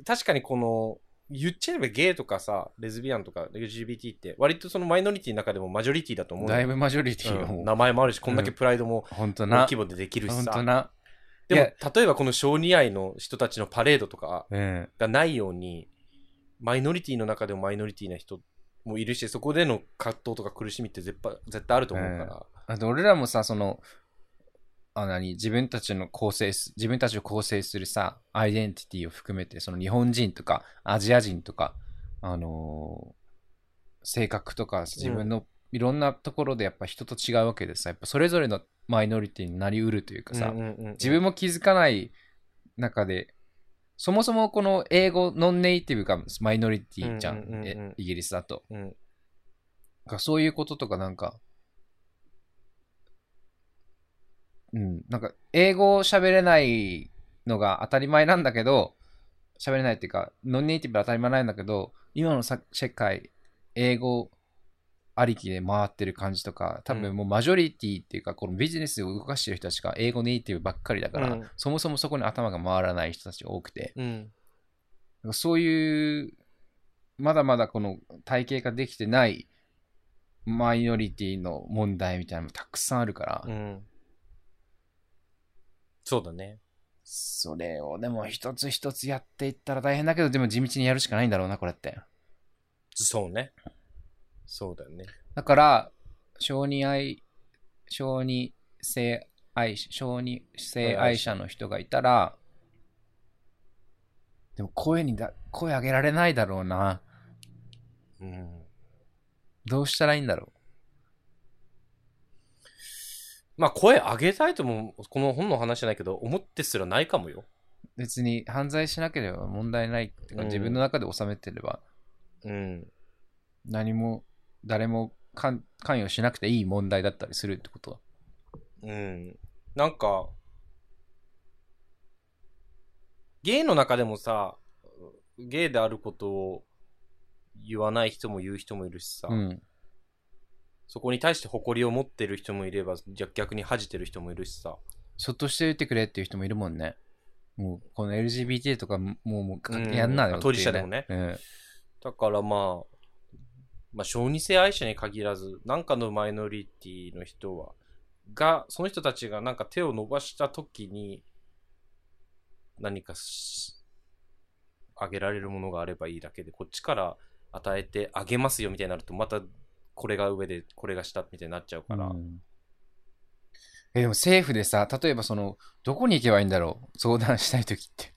[SPEAKER 1] 確かにこの、言っちゃえばゲイとかさ、レズビアンとか LGBT って、割とそのマイノリティの中でもマジョリティだと思うのよ
[SPEAKER 2] だいぶマジョリティよ。
[SPEAKER 1] うん名前もあるし、こんだけプライドも
[SPEAKER 2] 本当
[SPEAKER 1] 大
[SPEAKER 2] な。
[SPEAKER 1] 規模でできるし
[SPEAKER 2] 本当
[SPEAKER 1] さ。
[SPEAKER 2] な。
[SPEAKER 1] でも
[SPEAKER 2] い、
[SPEAKER 1] 例えばこの小児愛の人たちのパレードとか
[SPEAKER 2] うん。
[SPEAKER 1] がないように、マイノリティの中でもマイノリティな人もいるし、そこでの葛藤とか苦しみって絶対絶対あると思うから。
[SPEAKER 2] あと俺らもさ、その、あ何自分たちの構成す、自分たちを構成するさ、アイデンティティを含めて、その日本人とかアジア人とか、あのー性格とか自分のいろんなところでやっぱ人と違うわけでさ、やっぱそれぞれのマイノリティになりうるというかさ、
[SPEAKER 1] うんうんうんうん
[SPEAKER 2] 自分も気づかない中で、そもそもこの英語ノンネイティブがマイノリティじゃ
[SPEAKER 1] うんうんうんう
[SPEAKER 2] ん、
[SPEAKER 1] ん
[SPEAKER 2] えイギリスだと。
[SPEAKER 1] うん
[SPEAKER 2] なんかそういうこととかなんか、うん、なんか英語を喋れないのが当たり前なんだけど、喋れないっていうか、ノンネイティブは当たり前なんだけど、今のさ世界、英語ありきで回ってる感じとか、多
[SPEAKER 1] う
[SPEAKER 2] 分
[SPEAKER 1] ん
[SPEAKER 2] もうマジョリティっていうか、このビジネスを動かしてる人たちが英語ネイティブばっかりだから、
[SPEAKER 1] うん
[SPEAKER 2] そもそもそこに頭が回らない人たちが多くて、
[SPEAKER 1] うん
[SPEAKER 2] なんかそういう、まだまだこの体系化できてないマイノリティの問題みたいなのもたくさんあるから、
[SPEAKER 1] うん。そうだね。
[SPEAKER 2] それをでも一つ一つやっていったら大変だけど、でも地道にやるしかないんだろうな、これって。
[SPEAKER 1] そうね。そうだね。
[SPEAKER 2] だから、小児愛、小児性愛、小児性愛者の人がいたら、でも声にだ、声上げられないだろうな。
[SPEAKER 1] うん。
[SPEAKER 2] どうしたらいいんだろ
[SPEAKER 1] まあ、声上げたいとも、この本の話じゃないけど、思ってすらないかもよ。
[SPEAKER 2] う。別に犯罪しなければ問題ないっていうか、
[SPEAKER 1] うん
[SPEAKER 2] 自分の中で収めてれば、
[SPEAKER 1] うん。
[SPEAKER 2] 何も誰も関関与しなくていい問題だったりするってこと
[SPEAKER 1] うん。なんか、ゲイの中でもさ、ゲイであることを言わない人も言う人もいるしさ、
[SPEAKER 2] うん
[SPEAKER 1] そこに対して誇りを持ってる人もいれば、じゃ逆に恥じてる人もいるしさ、
[SPEAKER 2] そっとしておいてくれっていう人もいるもんねもうこの LGBT とかもうもうか
[SPEAKER 1] うん
[SPEAKER 2] やんなよっていう
[SPEAKER 1] 当事者でもね
[SPEAKER 2] うん
[SPEAKER 1] だからまあ、まあ、小児性愛者に限らず、なんかのマイノリティの人は、が、その人たちがなんか手を伸ばした時に、何かし、あげられるものがあればいいだけで、こっちから与えてあげますよみたいになると、また、これが上で、これが下みたいになっちゃうから。
[SPEAKER 2] うんえでも政府でさ例えばそのどこに行けばいいんだろう相談したい時って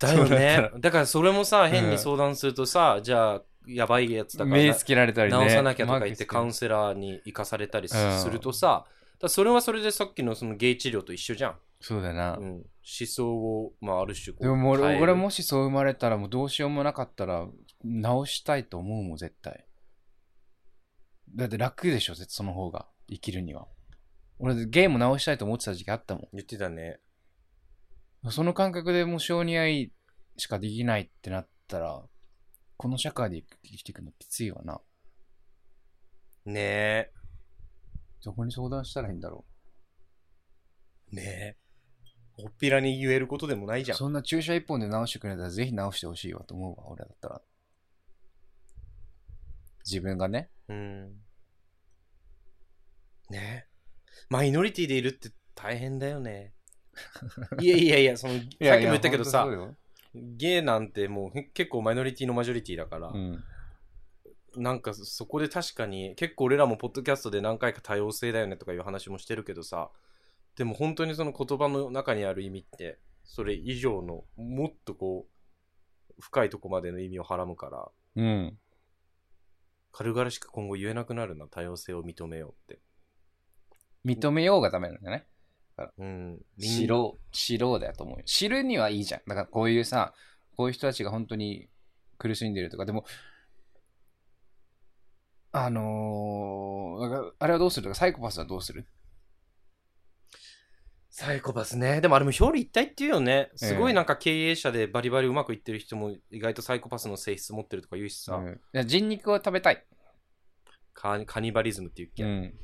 [SPEAKER 1] だよ
[SPEAKER 2] そうだ
[SPEAKER 1] ね。だからそれもさ、変に相談するとさ、じゃあ、やばいやつだからな、
[SPEAKER 2] 目つけられたりね
[SPEAKER 1] 直さなきゃとか言ってカ
[SPEAKER 2] マ
[SPEAKER 1] ウ
[SPEAKER 2] ー
[SPEAKER 1] ン
[SPEAKER 2] クつ
[SPEAKER 1] セラーに行かされたりす
[SPEAKER 2] うん
[SPEAKER 1] するとさ、だからそれはそれでさっきのそのゲイ治療と一緒じゃん。
[SPEAKER 2] けそうだよな、
[SPEAKER 1] うん、思想を、まあ、ある種こう
[SPEAKER 2] でももう
[SPEAKER 1] 変え
[SPEAKER 2] 俺
[SPEAKER 1] る
[SPEAKER 2] 俺もしそう生まれたらもうどうしようもなかったら直したいと思うもん絶対だって楽でしょ絶その方が生きるには俺ゲーム直したいと思ってた時期あったも
[SPEAKER 1] 言ってたね。
[SPEAKER 2] んその感覚でもう性に合いしかできないってなったらこの社会で生きていくのきついわな
[SPEAKER 1] ね
[SPEAKER 2] どこに相談したらいいんだろ
[SPEAKER 1] え。ねえ。おっぴらに言えることでもないじゃ
[SPEAKER 2] う
[SPEAKER 1] ん。
[SPEAKER 2] そんな注射一本で直してくれたらぜひ直してほしいわと思うわ俺だったら自分がね
[SPEAKER 1] うん。ねえ。マイノリティでいるって大変だよ ね。いやいやいや、その、さっきも言ったけどさ、ゲイなんてもう結構マイノリティのマジョリティだから、
[SPEAKER 2] うん
[SPEAKER 1] なんかそこで確かに結構俺らもポッドキャストで何回か多様性だよねとかいう話もしてるけどさでも本当にその言葉の中にある意味ってそれ以上のもっとこう深いとこまでの意味をはらむから
[SPEAKER 2] うん。
[SPEAKER 1] 軽々しく今後言えなくなるな多様性を認めようって
[SPEAKER 2] 認めようがダメなんだね。
[SPEAKER 1] うんみん
[SPEAKER 2] 知ろう、知ろうだと思うよ。知るにはいいじゃん。だからこういうさ、こういう人たちが本当に苦しんでるとか、でも、あのーだからあれはどうするとか、サイコパスはどうする
[SPEAKER 1] サイコパスねでもあれも表裏一体っていうよねすごいなんか経営者でバリバリうまくいってる人も意外とサイコパスの性質持ってるとか言うしさ、
[SPEAKER 2] うんいや人肉を食べたい。
[SPEAKER 1] カカニバリズムっていうっけ、
[SPEAKER 2] うん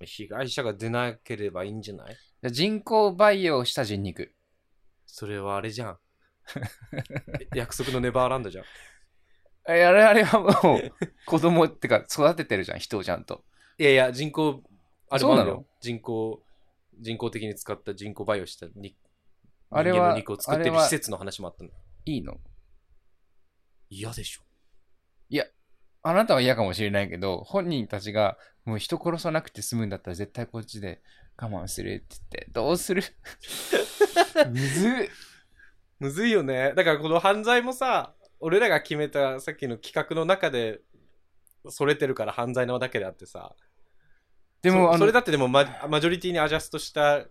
[SPEAKER 1] 被害者が出なければいいんじゃない
[SPEAKER 2] 人工培養した人肉。
[SPEAKER 1] それはあれじ ゃん。え約束のネバーランドじゃん。
[SPEAKER 2] えあれあれはもう子供ってか育ててるじゃん、人をちゃんと。
[SPEAKER 1] いやいや、人工、あれもある
[SPEAKER 2] そうな
[SPEAKER 1] よ。人工、人工的に使った人工培養したに
[SPEAKER 2] あれ
[SPEAKER 1] 人間
[SPEAKER 2] は
[SPEAKER 1] の肉を作ってる
[SPEAKER 2] あれは
[SPEAKER 1] 施設の話もあったの。
[SPEAKER 2] いいの
[SPEAKER 1] 嫌でしょ。
[SPEAKER 2] あなたは嫌かもしれないけど、本人たちがもう人殺さなくて済むんだったら絶対こっちで我慢するって言って、どうするむずっ
[SPEAKER 1] むずいよね。だからこの犯罪もさ、俺らが決めたさっきの企画の中で、それてるから犯罪なだけであってさ。
[SPEAKER 2] でも、
[SPEAKER 1] そ
[SPEAKER 2] あ
[SPEAKER 1] そ
[SPEAKER 2] の
[SPEAKER 1] れ、だってでもママジョリティにアジャストした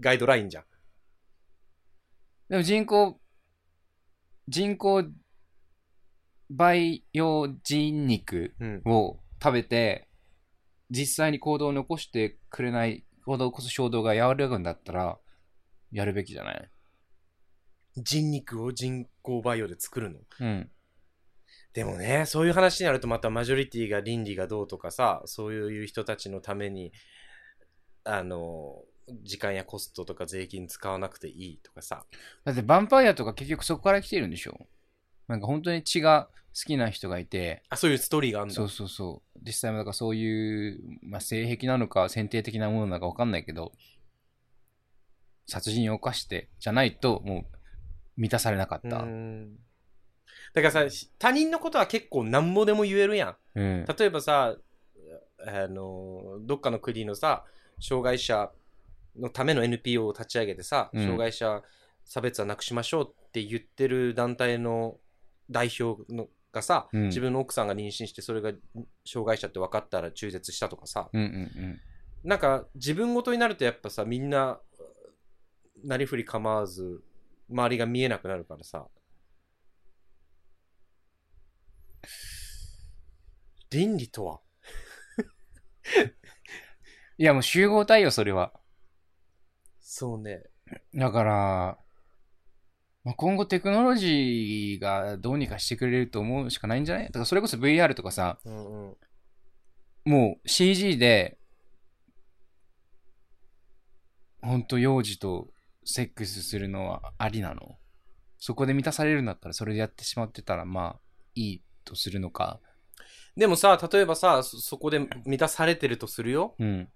[SPEAKER 1] ガイドラインじゃん。
[SPEAKER 2] でも人工、人工培養人肉
[SPEAKER 1] うん。
[SPEAKER 2] を食べて、実際に行動を残してくれない、行動こそ衝動が和らぐんだったら、やるべきじゃない
[SPEAKER 1] 人肉を人工培養で作るの
[SPEAKER 2] うん。
[SPEAKER 1] でもね、そういう話になるとまたマジョリティが倫理がどうとかさ、そういう人たちのために、あの、時間やコストとか税金使わなくていいとかさ。
[SPEAKER 2] だって、ヴァンパイアとか結局そこから来てるんでしょなんか本当に血が好きな人がいて、
[SPEAKER 1] あ、そういうストーリーがあるんだ。
[SPEAKER 2] そうそうそう。実際もだからそういう、まあ、性癖なのか、先定的なものなのか分かんないけど、殺人を犯してじゃないと、もう満たされなかっ
[SPEAKER 1] う
[SPEAKER 2] た。
[SPEAKER 1] んだからさ、し他人のことは結構何もでも言えるやん。
[SPEAKER 2] うん。
[SPEAKER 1] 例えばさ、あの、どっかの国のさ、障害者のための NPO を立ち上げてさ、
[SPEAKER 2] うん
[SPEAKER 1] 障害者差別はなくしましょうって言ってる団体の代表のがさ、
[SPEAKER 2] うん
[SPEAKER 1] 自分の奥さんが妊娠してそれが障害者って分かったら中絶したとかさ、
[SPEAKER 2] うんうん
[SPEAKER 1] なんか自分ごとになるとやっぱさ、みんななりふり構わず周りが見えなくなるから さ、倫理とは
[SPEAKER 2] うん。いや、もう集合体よ、それは。
[SPEAKER 1] そうね。
[SPEAKER 2] だから、まあ、今後テクノロジーがどうにかしてくれると思うしかないんじゃないだからそれこそ VR とかさ、
[SPEAKER 1] うんうん。
[SPEAKER 2] もう CG で、ほんと幼児とセックスするのはありなのそこで満たされるんだったらそれでやってしまってたらまあいいとするのか。
[SPEAKER 1] でもさ、例えばさ、そそこで満たされてるとするよ。
[SPEAKER 2] うん。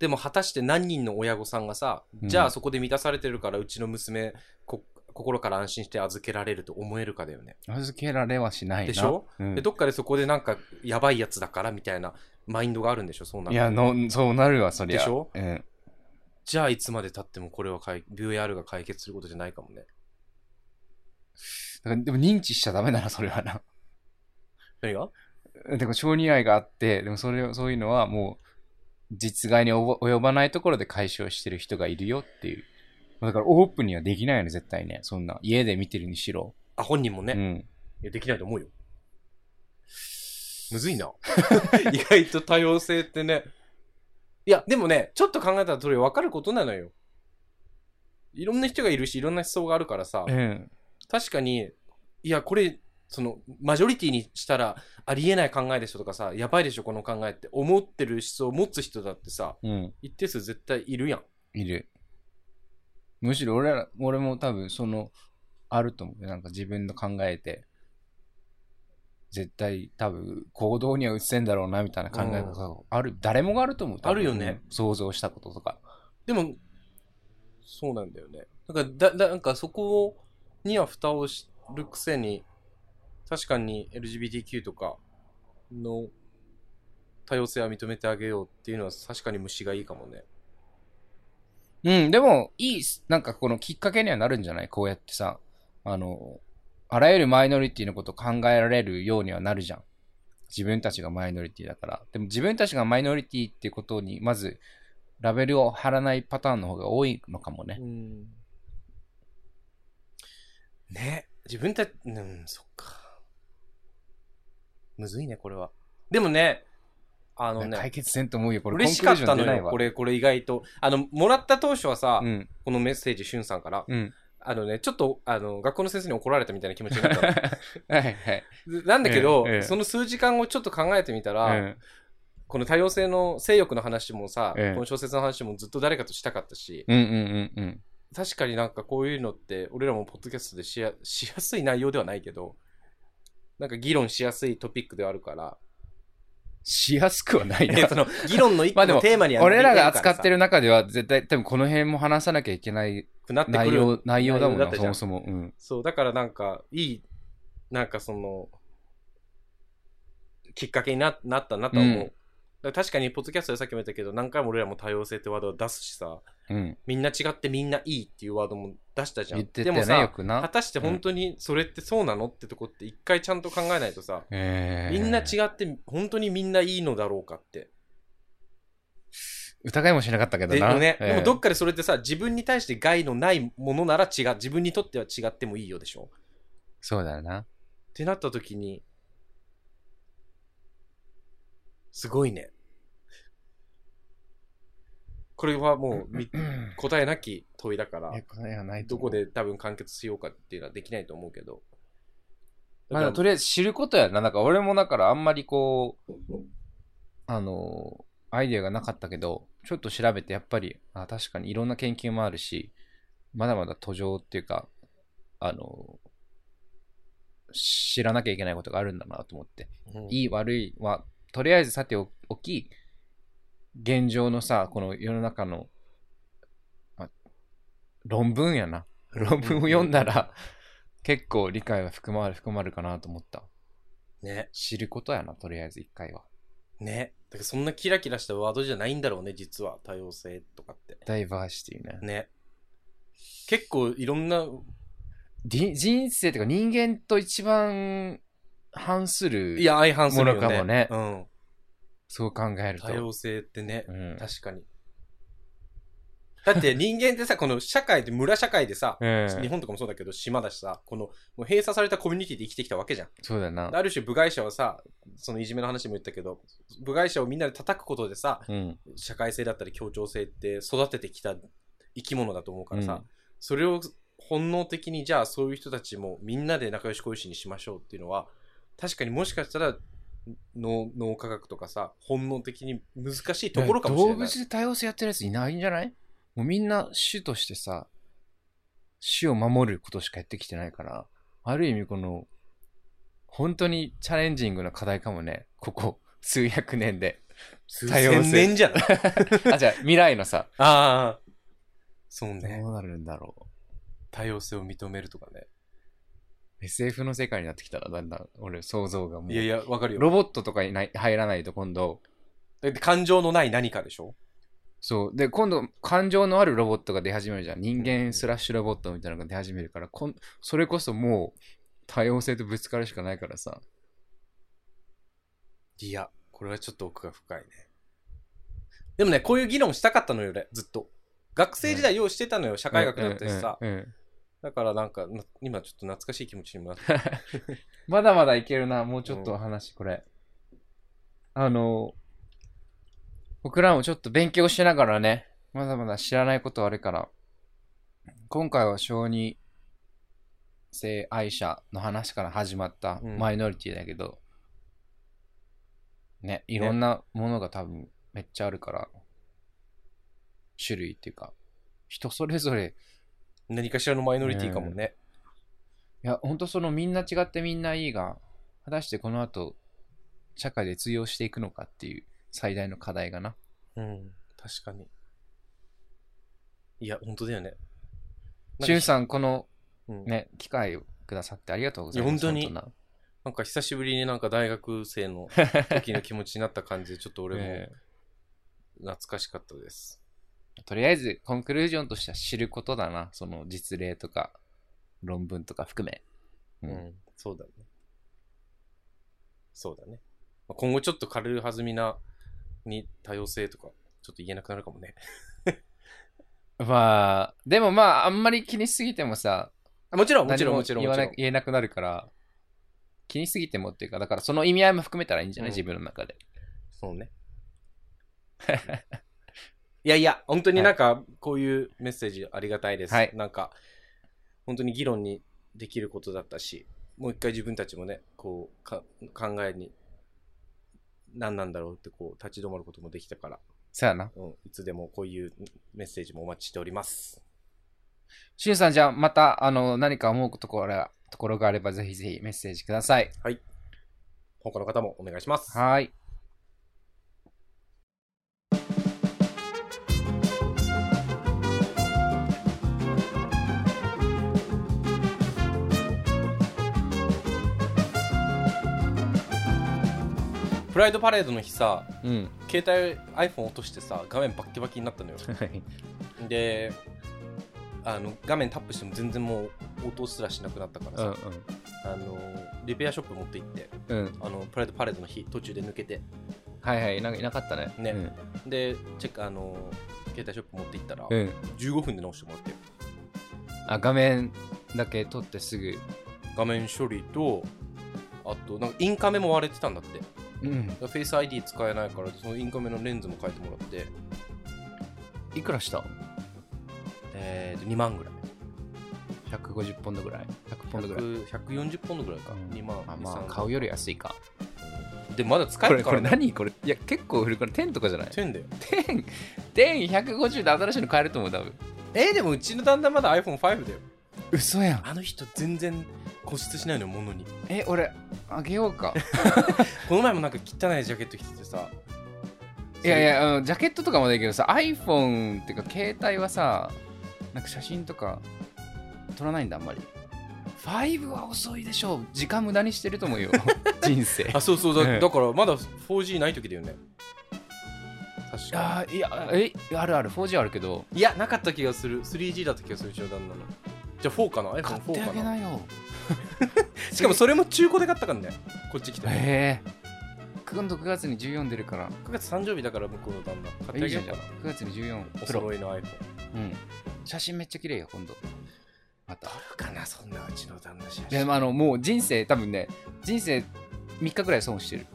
[SPEAKER 1] でも果たして何人の親御さんがさ、
[SPEAKER 2] うん
[SPEAKER 1] じゃあそこで満たされてるからうちの娘こ、心から安心して預けられると思えるかだよね。
[SPEAKER 2] 預けられはしないな。
[SPEAKER 1] でしょ、
[SPEAKER 2] うん
[SPEAKER 1] で、どっかでそこでなんか、やばいやつだからみたいなマインドがあるんでしょそうなる
[SPEAKER 2] い
[SPEAKER 1] と
[SPEAKER 2] やの、そうなるわ、そりゃ。
[SPEAKER 1] でしょ
[SPEAKER 2] うん。
[SPEAKER 1] じゃあいつまで経ってもこれはかい VR が解決することじゃないかもね。
[SPEAKER 2] だからでも認知しちゃダメだな、それはな。
[SPEAKER 1] 何が
[SPEAKER 2] でも小児愛があって、でもそれをそういうのはもう実害に及ば及ばないところで解消してる人がいるよっていう。だからオープンにはできないよね、絶対ね。そんな。家で見てるにしろ。
[SPEAKER 1] あ、本人もね、
[SPEAKER 2] う
[SPEAKER 1] い
[SPEAKER 2] ん。
[SPEAKER 1] やできないと思うよ。むずいな。 意外と多様性ってね。いや、でもね、ちょっと考えたらそれ分かることなのよ。いろんな人がいるし、いろんな思想があるからさ、
[SPEAKER 2] うん。
[SPEAKER 1] 確かに、いや、これ、その、マジョリティにしたらありえない考えでしょとかさ、やばいでしょ、この考えって思ってる思想を持つ人だってさ、
[SPEAKER 2] うん。
[SPEAKER 1] 一定数絶対いるやん。
[SPEAKER 2] いる。むしろ俺ら、俺も多分その、あると思う。なんか自分の考えて、絶対多分行動には移せんだろうなみたいな考え方がある。誰もがあると思う。多分
[SPEAKER 1] あるよね。
[SPEAKER 2] うん想像したこととか。
[SPEAKER 1] でも、そうなんだよね。なんか、だ、だなんかそこには蓋をするくせに、確かに LGBTQ とかの多様性は認めてあげようっていうのは確かに虫がいいかもね。
[SPEAKER 2] うん、でも、いいっす、なんかこのきっかけにはなるんじゃないこうやってさ、あの、あらゆるマイノリティのことを考えられるようにはなるじゃん。自分たちがマイノリティだから。でも自分たちがマイノリティっていうことに、まず、ラベルを貼らないパターンの方が多いのかもね。
[SPEAKER 1] うん。ね、自分たち、うん、そっか。むずいね、これは。でもね、あの
[SPEAKER 2] 解
[SPEAKER 1] ね、
[SPEAKER 2] 決せんと思うよ、これ。
[SPEAKER 1] 嬉しかった
[SPEAKER 2] コン
[SPEAKER 1] の
[SPEAKER 2] クルージョン出ない
[SPEAKER 1] よ、
[SPEAKER 2] わ
[SPEAKER 1] こ。れ、これ意外と。あの、もらった当初はさ、
[SPEAKER 2] うん。
[SPEAKER 1] このメッセージ、しゅんさんから、
[SPEAKER 2] うん。
[SPEAKER 1] あのね、ちょっと、あの、学校の先生に怒られたみたいな気持ちになった の
[SPEAKER 2] はいはい。
[SPEAKER 1] なんだけど、
[SPEAKER 2] ええええ
[SPEAKER 1] その数時間後ちょっと考えてみたら、
[SPEAKER 2] うん
[SPEAKER 1] この多様性の性欲の話もさ、
[SPEAKER 2] ええ
[SPEAKER 1] この小説の話もずっと誰かとしたかったし、
[SPEAKER 2] うんうんうんうん。
[SPEAKER 1] 確かになんかこういうのって、俺らもポッドキャストでしやしやすい内容ではないけど、なんか議論しやすいトピックではあるから、
[SPEAKER 2] しやすくはない
[SPEAKER 1] い や
[SPEAKER 2] な
[SPEAKER 1] そ。の議論の一
[SPEAKER 2] ま
[SPEAKER 1] 個
[SPEAKER 2] あで
[SPEAKER 1] の
[SPEAKER 2] も
[SPEAKER 1] テーマにはなり
[SPEAKER 2] 俺らが扱
[SPEAKER 1] な
[SPEAKER 2] ってる中では、絶対、多分この辺も話さなきゃいけない
[SPEAKER 1] くなってく
[SPEAKER 2] 内
[SPEAKER 1] る
[SPEAKER 2] 容、内容だもん
[SPEAKER 1] 内容だっ
[SPEAKER 2] な、
[SPEAKER 1] た
[SPEAKER 2] そ
[SPEAKER 1] じゃん
[SPEAKER 2] もそも。うん。
[SPEAKER 1] そう、だからなんか、いい、なんかその、きっかけにななったなとは思う。
[SPEAKER 2] うん
[SPEAKER 1] だから確かに、ポッドキャストでさっきも言ったけど、何回も俺らも多様性ってワードを出すしさ、
[SPEAKER 2] うん。
[SPEAKER 1] みんな違ってみんないいっていうワードも出したじゃん。
[SPEAKER 2] 言ってた
[SPEAKER 1] で
[SPEAKER 2] よ
[SPEAKER 1] も
[SPEAKER 2] ね、よ
[SPEAKER 1] さ、
[SPEAKER 2] く
[SPEAKER 1] 果
[SPEAKER 2] な。
[SPEAKER 1] たして本当にそれってそうなのってとこって一回ちゃんと考えないとさ、み
[SPEAKER 2] み
[SPEAKER 1] んな違って本当にみんないいのだろうかって。
[SPEAKER 2] 疑いもしなかったけど
[SPEAKER 1] で
[SPEAKER 2] な。
[SPEAKER 1] ね、
[SPEAKER 2] ええ
[SPEAKER 1] でもどっかでそれってさ、自分に対して害のないものなら違う、自分にとっては違ってもいいよでしょ。
[SPEAKER 2] そうだよな。
[SPEAKER 1] ってなった時に、すごいね。これはもうみ
[SPEAKER 2] うん
[SPEAKER 1] 答えなき問いだから
[SPEAKER 2] い、や答えはないと
[SPEAKER 1] ど
[SPEAKER 2] 思
[SPEAKER 1] こ
[SPEAKER 2] う
[SPEAKER 1] で多分完結しようかっていうのはできないと思うけど。
[SPEAKER 2] まあでも、と
[SPEAKER 1] り
[SPEAKER 2] りあえず知ることやな。なんか俺もだからあんまりこう、あの、アイデアがなかったけど、ちょっと調べてやっぱり、あ確かにいろんな研究もあるし、まだまだ途上っていうか、あの、知らなきゃいけないことがあるんだなと思って。いい悪いは、とりあえずさておき、現状のさ、この世の中の、まあ論文やな。論文を読んだら、結構理解は含まる、含まるかなと思った。
[SPEAKER 1] ね、
[SPEAKER 2] 知ることやな、とりあえず一回は。
[SPEAKER 1] ね。だからそんなキラキラしたワードじゃないんだろうね、実は。多様性とかって。
[SPEAKER 2] ダイバーシティね。
[SPEAKER 1] ね。結構いろんな、
[SPEAKER 2] り人生というか人間と一番反する、
[SPEAKER 1] いや、相反するよね。
[SPEAKER 2] ものかもね
[SPEAKER 1] うん。
[SPEAKER 2] そう考えると。
[SPEAKER 1] 多様性ってね。
[SPEAKER 2] うん。
[SPEAKER 1] 確かに。だって人間ってさ、この社会で、村社会でさ、
[SPEAKER 2] うん
[SPEAKER 1] 日本とかもそうだけど、島だしさ、このもう閉鎖されたコミュニティで生きてきたわけじゃん。
[SPEAKER 2] そうだよな。
[SPEAKER 1] ある種、部外者はさ、そのいじめの話も言ったけど、部外者をみんなで叩くことでさ、
[SPEAKER 2] うん。
[SPEAKER 1] 社会性だったり協調性って育ててきた生き物だと思うからさ、
[SPEAKER 2] うん
[SPEAKER 1] それを本能的に、じゃあそういう人たちもみんなで仲良し恋しにしましょうっていうのは、確かにもしかしたら、脳脳科学とかさ、本能的に難しいところかもしれない。
[SPEAKER 2] 動物で多様性やってるやついないんじゃないもうみんな種としてさ、種を守ることしかやってきてないから、ある意味この、本当にチャレンジングな課題かもね、ここ数百年で。
[SPEAKER 1] 数
[SPEAKER 2] 多様性
[SPEAKER 1] 千年じゃない
[SPEAKER 2] あ、じゃあ未来のさ、
[SPEAKER 1] ああ。そう
[SPEAKER 2] ど
[SPEAKER 1] ね。
[SPEAKER 2] うなるんだろ
[SPEAKER 1] 多様性を認めるとかね。
[SPEAKER 2] う。SF の世界になってきたら、だんだん俺想像がもう。
[SPEAKER 1] いやいや、わかるよ。
[SPEAKER 2] ロボットとかいない入らないと今度、
[SPEAKER 1] だって感情のない何かでしょ
[SPEAKER 2] そう。で、今度、感情のあるロボットが出始めるじゃん。人間スラッシュロボットみたいなのが出始めるから、こんそれこそもう、多様性とぶつかるしかないからさ。
[SPEAKER 1] いや、これはちょっと奥が深いね。でもね、こういう議論したかったのよ、俺、ずっと。学生時代用意してたのよ、社会学だったしさ。
[SPEAKER 2] うんうんうん
[SPEAKER 1] だからなんか、な今ちょっと懐かしい気持ちにもなって。
[SPEAKER 2] まだまだいけるな、もうちょっと話、これ。あの、僕らもちょっと勉強しながらね、まだまだ知らないことあるから、今回は小児性愛者の話から始まった
[SPEAKER 1] うん
[SPEAKER 2] マイノリティだけど、ね、いろんなものが多分めっちゃあるから、種類っていうか、人それぞれ
[SPEAKER 1] 何かしらのマイノリティかもね。
[SPEAKER 2] いや、ほんとそのみんな違ってみんないいが、果たしてこの後、社会で通用していくのかっていう最大の課題がな。
[SPEAKER 1] うん、確かに。いや、本当だよね。
[SPEAKER 2] しゅん
[SPEAKER 1] ん
[SPEAKER 2] さん、この
[SPEAKER 1] か、うん
[SPEAKER 2] ね、機会をくださってありがとうございます。
[SPEAKER 1] いや本当に
[SPEAKER 2] な
[SPEAKER 1] なんか久しぶりになんか大学生の時の気持ちになった感じで、ちょっと俺 も
[SPEAKER 2] え
[SPEAKER 1] 懐かしかったです。
[SPEAKER 2] ーとりあえず、コンクルージョンとしては知ることだな。その実例とか、論文とか含め。う
[SPEAKER 1] うんん、そうだね。そうだね。まあ今後ちょっと軽い弾みな、に多様性とか、ちょっと言えなくなるかもね。
[SPEAKER 2] まあ、でもまあ、あんまり気にしすぎてもさ、
[SPEAKER 1] あもちろん、もちろん、
[SPEAKER 2] 何
[SPEAKER 1] もちろん、も
[SPEAKER 2] 言わ
[SPEAKER 1] ち
[SPEAKER 2] な
[SPEAKER 1] ろん。
[SPEAKER 2] 言えなくなるから、気にしすぎてもっていうか、だからその意味合いも含めたらいいんじゃない、
[SPEAKER 1] うん
[SPEAKER 2] 自分の中で。
[SPEAKER 1] そうね。 いやいや、本当になんか、こういうメッセージありがたいです。
[SPEAKER 2] はい
[SPEAKER 1] なんか、本当に議論にできることだったし、もう一回自分たちもね、こう、か考えに、何なんだろうってこう、立ち止まることもできたから、
[SPEAKER 2] そうやな。
[SPEAKER 1] うん、いつでもこういうメッセージもお待ちしております。
[SPEAKER 2] しゅんさん、じゃあまた、あの、何か思うところやところがあれば、ぜひぜひメッセージください。
[SPEAKER 1] 他の方もお願いします。
[SPEAKER 2] はい。
[SPEAKER 1] プライドパレードの日さ、
[SPEAKER 2] うん。
[SPEAKER 1] 携帯 iPhone 落としてさ、画面バッキバキになったのよ。であの画面タップしても全然もう応答すらしなくなったから
[SPEAKER 2] うん
[SPEAKER 1] さ、あのリペアショップ持って行って
[SPEAKER 2] うん。うん。
[SPEAKER 1] あのプライドパレードの日途中で抜けて
[SPEAKER 2] はいはい。なんかいなかったね。
[SPEAKER 1] ねでチェックあの携帯ショップ持って行ったら、
[SPEAKER 2] うん。うん。
[SPEAKER 1] 15分で直してもらって
[SPEAKER 2] あ、画面だけ撮ってすぐ。
[SPEAKER 1] 画面処理とあとなんかインカメも割れてたんだってだか
[SPEAKER 2] うん。
[SPEAKER 1] らフェイス ID 使えないからそのインカメのレンズも変えてもらって、
[SPEAKER 2] いくらした
[SPEAKER 1] えーと2万ぐらい
[SPEAKER 2] ?150 ポンドぐらい ?100 ポンドぐらい。
[SPEAKER 1] 100 140ポンドぐらいか、
[SPEAKER 2] うん
[SPEAKER 1] 2万
[SPEAKER 2] あまあ
[SPEAKER 1] 2、
[SPEAKER 2] 買うより安いか。
[SPEAKER 1] 3でまだ使え
[SPEAKER 2] こ
[SPEAKER 1] る
[SPEAKER 2] れ
[SPEAKER 1] か
[SPEAKER 2] これ
[SPEAKER 1] らね
[SPEAKER 2] 何これいや結構古いこれ10とかじゃない
[SPEAKER 1] てんだよ
[SPEAKER 2] 1 0 150で新しいの買えると思う多分
[SPEAKER 1] えーでもうちの旦那まだ iPhone5 だよ
[SPEAKER 2] 嘘やん
[SPEAKER 1] あの人全然固執しないのよものに
[SPEAKER 2] え俺あげようか
[SPEAKER 1] この前もなんか汚いジャケット着ててさ
[SPEAKER 2] いやいやあのジャケットとかもだけどさ iPhone っていうか携帯はさなんか写真とか撮らないんだあんまり5は遅いでしょう時間無駄にしてると思 うよ人生
[SPEAKER 1] あそうそうだ,、
[SPEAKER 2] ええ
[SPEAKER 1] だからまだ 4G ない時だよね確か
[SPEAKER 2] あーいやえあるある 4G あるけど
[SPEAKER 1] いやなかった気がする 3G だった気がするうちの旦那のじゃあ4かな
[SPEAKER 2] 買ってあ
[SPEAKER 1] iPhone4
[SPEAKER 2] げ
[SPEAKER 1] かな
[SPEAKER 2] なよ
[SPEAKER 1] しかもそれも中古で買ったからねこっち来て9
[SPEAKER 2] ええ今度9月に14出るから
[SPEAKER 1] 月誕生日だから向こうの旦那買ってあげようかない
[SPEAKER 2] いじゃん9月に14
[SPEAKER 1] お
[SPEAKER 2] プロ
[SPEAKER 1] 揃いの iPhone
[SPEAKER 2] うん、写真めっちゃ綺麗よ今度また
[SPEAKER 1] あるかなそんなうちの旦那写
[SPEAKER 2] いやまああのもう人生多分ね人生3日ぐらい損してる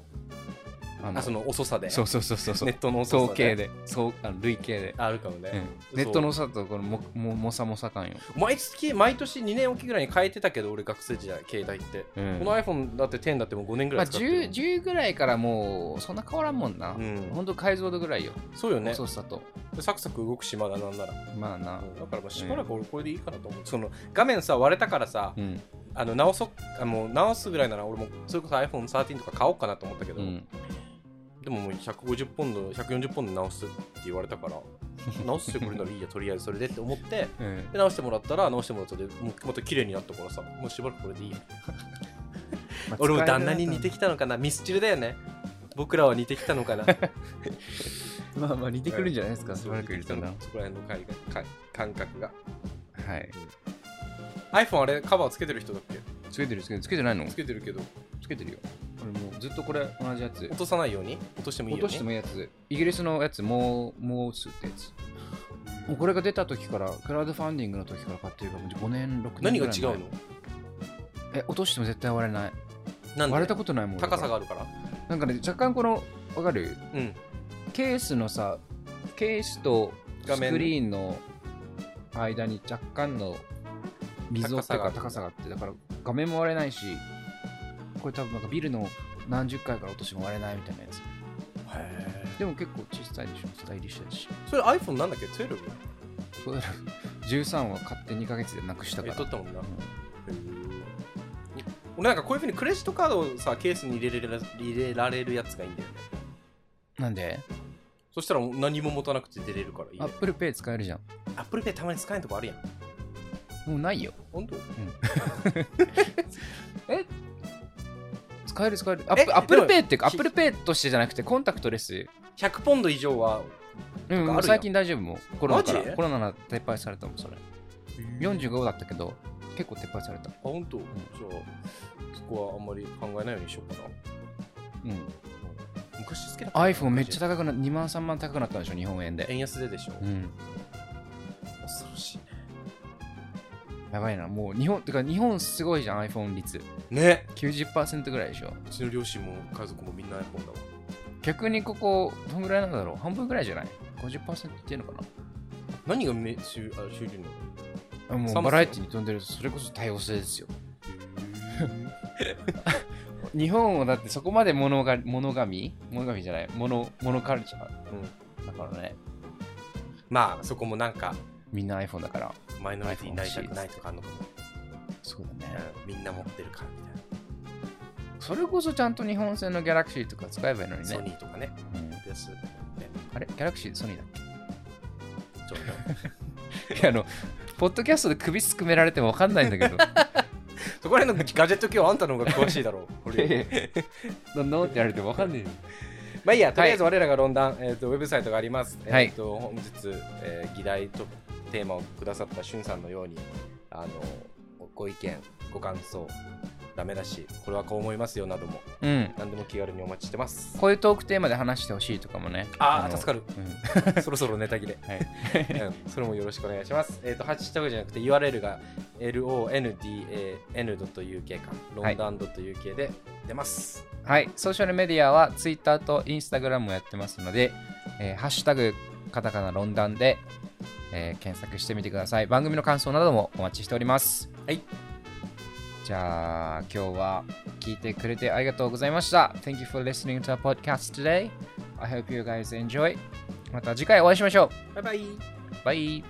[SPEAKER 2] あ
[SPEAKER 1] あその遅さで
[SPEAKER 2] そうそうそうそうそう
[SPEAKER 1] ネットの遅
[SPEAKER 2] 統
[SPEAKER 1] さで
[SPEAKER 2] 計でそうあの累計で、
[SPEAKER 1] あるかも
[SPEAKER 2] う
[SPEAKER 1] ね、
[SPEAKER 2] んネットの遅さとこのもももさもさ感よ、
[SPEAKER 1] 毎月毎年2年おきぐらいに変えてたけど俺学生時代携帯って
[SPEAKER 2] うん
[SPEAKER 1] この iPhone だって10だってもう5年ぐ
[SPEAKER 2] ま
[SPEAKER 1] らい
[SPEAKER 2] あ、
[SPEAKER 1] 使ってる、
[SPEAKER 2] 10, 10ぐらいからもうそんな変わらんもん
[SPEAKER 1] う
[SPEAKER 2] な、
[SPEAKER 1] ん
[SPEAKER 2] ほんと解像度ぐらいよ、
[SPEAKER 1] そうよね
[SPEAKER 2] 遅さと
[SPEAKER 1] サクサク動くしまだなんなら、
[SPEAKER 2] まあな
[SPEAKER 1] だからまあしばらく俺これでいいかなと思う、その画面さ割れたからさ、
[SPEAKER 2] うん
[SPEAKER 1] あの直そあの直すぐらいなら俺もそれこそ iPhone13 とか買おうかなと思ったけど、
[SPEAKER 2] うん
[SPEAKER 1] でももう150ポンド140ポンド直すって言われたから 直してくれるならいいやとりあえずそれでって思って
[SPEAKER 2] うん
[SPEAKER 1] で直してもらったら直してもらったでもうまた綺麗になったからさもうしばらくこれでいいや
[SPEAKER 2] まあ
[SPEAKER 1] 俺も
[SPEAKER 2] 使える
[SPEAKER 1] 旦那に似てきたのかなミスチルだよね僕らは似てきたのかな
[SPEAKER 2] まあまあ 似てくるんじゃないですかしばらくいるとな
[SPEAKER 1] そこら辺の回がか感覚が
[SPEAKER 2] はい
[SPEAKER 1] iPhone あれカバーつけてる人だっけ
[SPEAKER 2] つけてるつけてるつけてないの
[SPEAKER 1] つけてるけど
[SPEAKER 2] つけてるよ俺もうずっとこれ同じやつ
[SPEAKER 1] 落とさないように落としてもいい
[SPEAKER 2] 落
[SPEAKER 1] よ
[SPEAKER 2] と
[SPEAKER 1] ね
[SPEAKER 2] してもいいやつイギリスのやつもうもうすってやつもうこれが出た時からクラウドファンディングの時から買ってるからもう5年6年
[SPEAKER 1] 何
[SPEAKER 2] ぐ
[SPEAKER 1] が
[SPEAKER 2] らい
[SPEAKER 1] 違う
[SPEAKER 2] 前
[SPEAKER 1] の
[SPEAKER 2] え落としても絶対割れない
[SPEAKER 1] なんで
[SPEAKER 2] 割れたことないもん
[SPEAKER 1] 高さが
[SPEAKER 2] が
[SPEAKER 1] あるから
[SPEAKER 2] なんかね若干このわかる
[SPEAKER 1] うん
[SPEAKER 2] ケースのさケースと
[SPEAKER 1] 画
[SPEAKER 2] ス
[SPEAKER 1] 面
[SPEAKER 2] クリーンの間に若干の溝っていう
[SPEAKER 1] 高
[SPEAKER 2] か高
[SPEAKER 1] さ
[SPEAKER 2] さ
[SPEAKER 1] が
[SPEAKER 2] があってだから画面も割れないしこれ多分なんかビルの何十回から落としても割れないみたいなやつでも結構小さいでしょスタイリッシュだし
[SPEAKER 1] それ iPhone なんだっけ ?12?
[SPEAKER 2] そうだ な13は買って2ヶ月でなくしたか
[SPEAKER 1] え
[SPEAKER 2] ら。
[SPEAKER 1] 取ったもんな、
[SPEAKER 2] うん
[SPEAKER 1] 俺なんかこういうふうにクレジットカードをさケースに入れれら入れられるやつがいいんだよね
[SPEAKER 2] なんで
[SPEAKER 1] そしたらもう何も持たなくて出れるからいい、ね、
[SPEAKER 2] ?Apple Pay 使えるじゃん。
[SPEAKER 1] Apple Pay たまに使えんとこあるやん
[SPEAKER 2] もうないよ。
[SPEAKER 1] 本当
[SPEAKER 2] え使える使える。
[SPEAKER 1] え
[SPEAKER 2] Apple-
[SPEAKER 1] で
[SPEAKER 2] Apple
[SPEAKER 1] も
[SPEAKER 2] Pay っていうか、
[SPEAKER 1] ひ
[SPEAKER 2] Apple Pay としてじゃなくて、コンタクトレス。
[SPEAKER 1] 100ポンド以上は
[SPEAKER 2] う
[SPEAKER 1] とかあ
[SPEAKER 2] ん、
[SPEAKER 1] るやん
[SPEAKER 2] もう最近大丈夫もう。コロナか
[SPEAKER 1] マ
[SPEAKER 2] ら。
[SPEAKER 1] ジ
[SPEAKER 2] コロナが撤廃されたもん、それ。45だったけど、結構撤廃された。
[SPEAKER 1] あ本当じゃあそこはあんまり考えないようにしようか
[SPEAKER 2] うん。
[SPEAKER 1] な昔好きだったな
[SPEAKER 2] iPhone めっちゃ高くなっ2万3万高くなったでしょ、日本円で。
[SPEAKER 1] 円安ででしょ、
[SPEAKER 2] うん。
[SPEAKER 1] 恐ろしい
[SPEAKER 2] やばいな、もう日本、てか日本すごいじゃん、iPhone 率。
[SPEAKER 1] ねね
[SPEAKER 2] 90%ぐらいでしょ。
[SPEAKER 1] うちの両親も家族もみんな iPhone だわ
[SPEAKER 2] 逆にここ、どんぐらいなんだろう半分ぐらいじゃない ?50% いってんのかな
[SPEAKER 1] 何がめ主あ主流なの
[SPEAKER 2] あ
[SPEAKER 1] サム
[SPEAKER 2] も
[SPEAKER 1] スン
[SPEAKER 2] うバラエティに飛んでるとそれこそ多様性ですよ。 日本はだってそこまで物が物神物神じゃない物物カルチャー、だからね
[SPEAKER 1] まあそこもなんか
[SPEAKER 2] みんな iPhone だから
[SPEAKER 1] マイノリティになりたく
[SPEAKER 2] iPhone
[SPEAKER 1] ないとかあんのかも、
[SPEAKER 2] そうだ
[SPEAKER 1] うんみんな持ってるからみたいな、
[SPEAKER 2] それこそちゃんと日本製のギャラクシーとか使えばいいのに
[SPEAKER 1] ソ
[SPEAKER 2] ね、
[SPEAKER 1] ニーとかね
[SPEAKER 2] うん
[SPEAKER 1] 安ね
[SPEAKER 2] あれギャラクシーソニーだっ
[SPEAKER 1] ちょっとね
[SPEAKER 2] け いやあのポッドキャストで首すくめられても分かんないんだけど
[SPEAKER 1] そこら辺のガジェット今日あんたの方が詳 しいだろう俺よ り
[SPEAKER 2] どんどんって言われても分かんないよ
[SPEAKER 1] まあいいや、とりあえず我らが論壇、えー、とウェブサイトがあります。
[SPEAKER 2] はい
[SPEAKER 1] えー、と本日、えー議題とテーマをくださったしゅんさんのように、あのご意見、ご感想、ダメだし、これはこう思いますよなども、
[SPEAKER 2] うん
[SPEAKER 1] 何でも気軽にお待ちしてます。
[SPEAKER 2] こういうトークテーマで話してほしいとかもね
[SPEAKER 1] ああ、
[SPEAKER 2] の
[SPEAKER 1] 助かる。
[SPEAKER 2] う ん
[SPEAKER 1] そろそろネタ切 れ。
[SPEAKER 2] はい
[SPEAKER 1] うんそれもよろしくお願いします。えっ、と、ハッシュタグじゃなくて URL が londan.uk か、ロ
[SPEAKER 2] は
[SPEAKER 1] ン
[SPEAKER 2] い
[SPEAKER 1] ダン .uk で出ます。
[SPEAKER 2] はい、ソーシャルメディアは Twitter と Instagram もやってますので、えーハッシュタグカタカナ論壇で、えー検索してみてください。番組の感想などもお待ちしております。
[SPEAKER 1] はい。
[SPEAKER 2] じゃあ、今日は聞いてくれてありがとうございました。Thank you for listening to our podcast today. I hope you guys enjoy. また次回お会いしましょ
[SPEAKER 1] バイバイ。
[SPEAKER 2] う。バイ。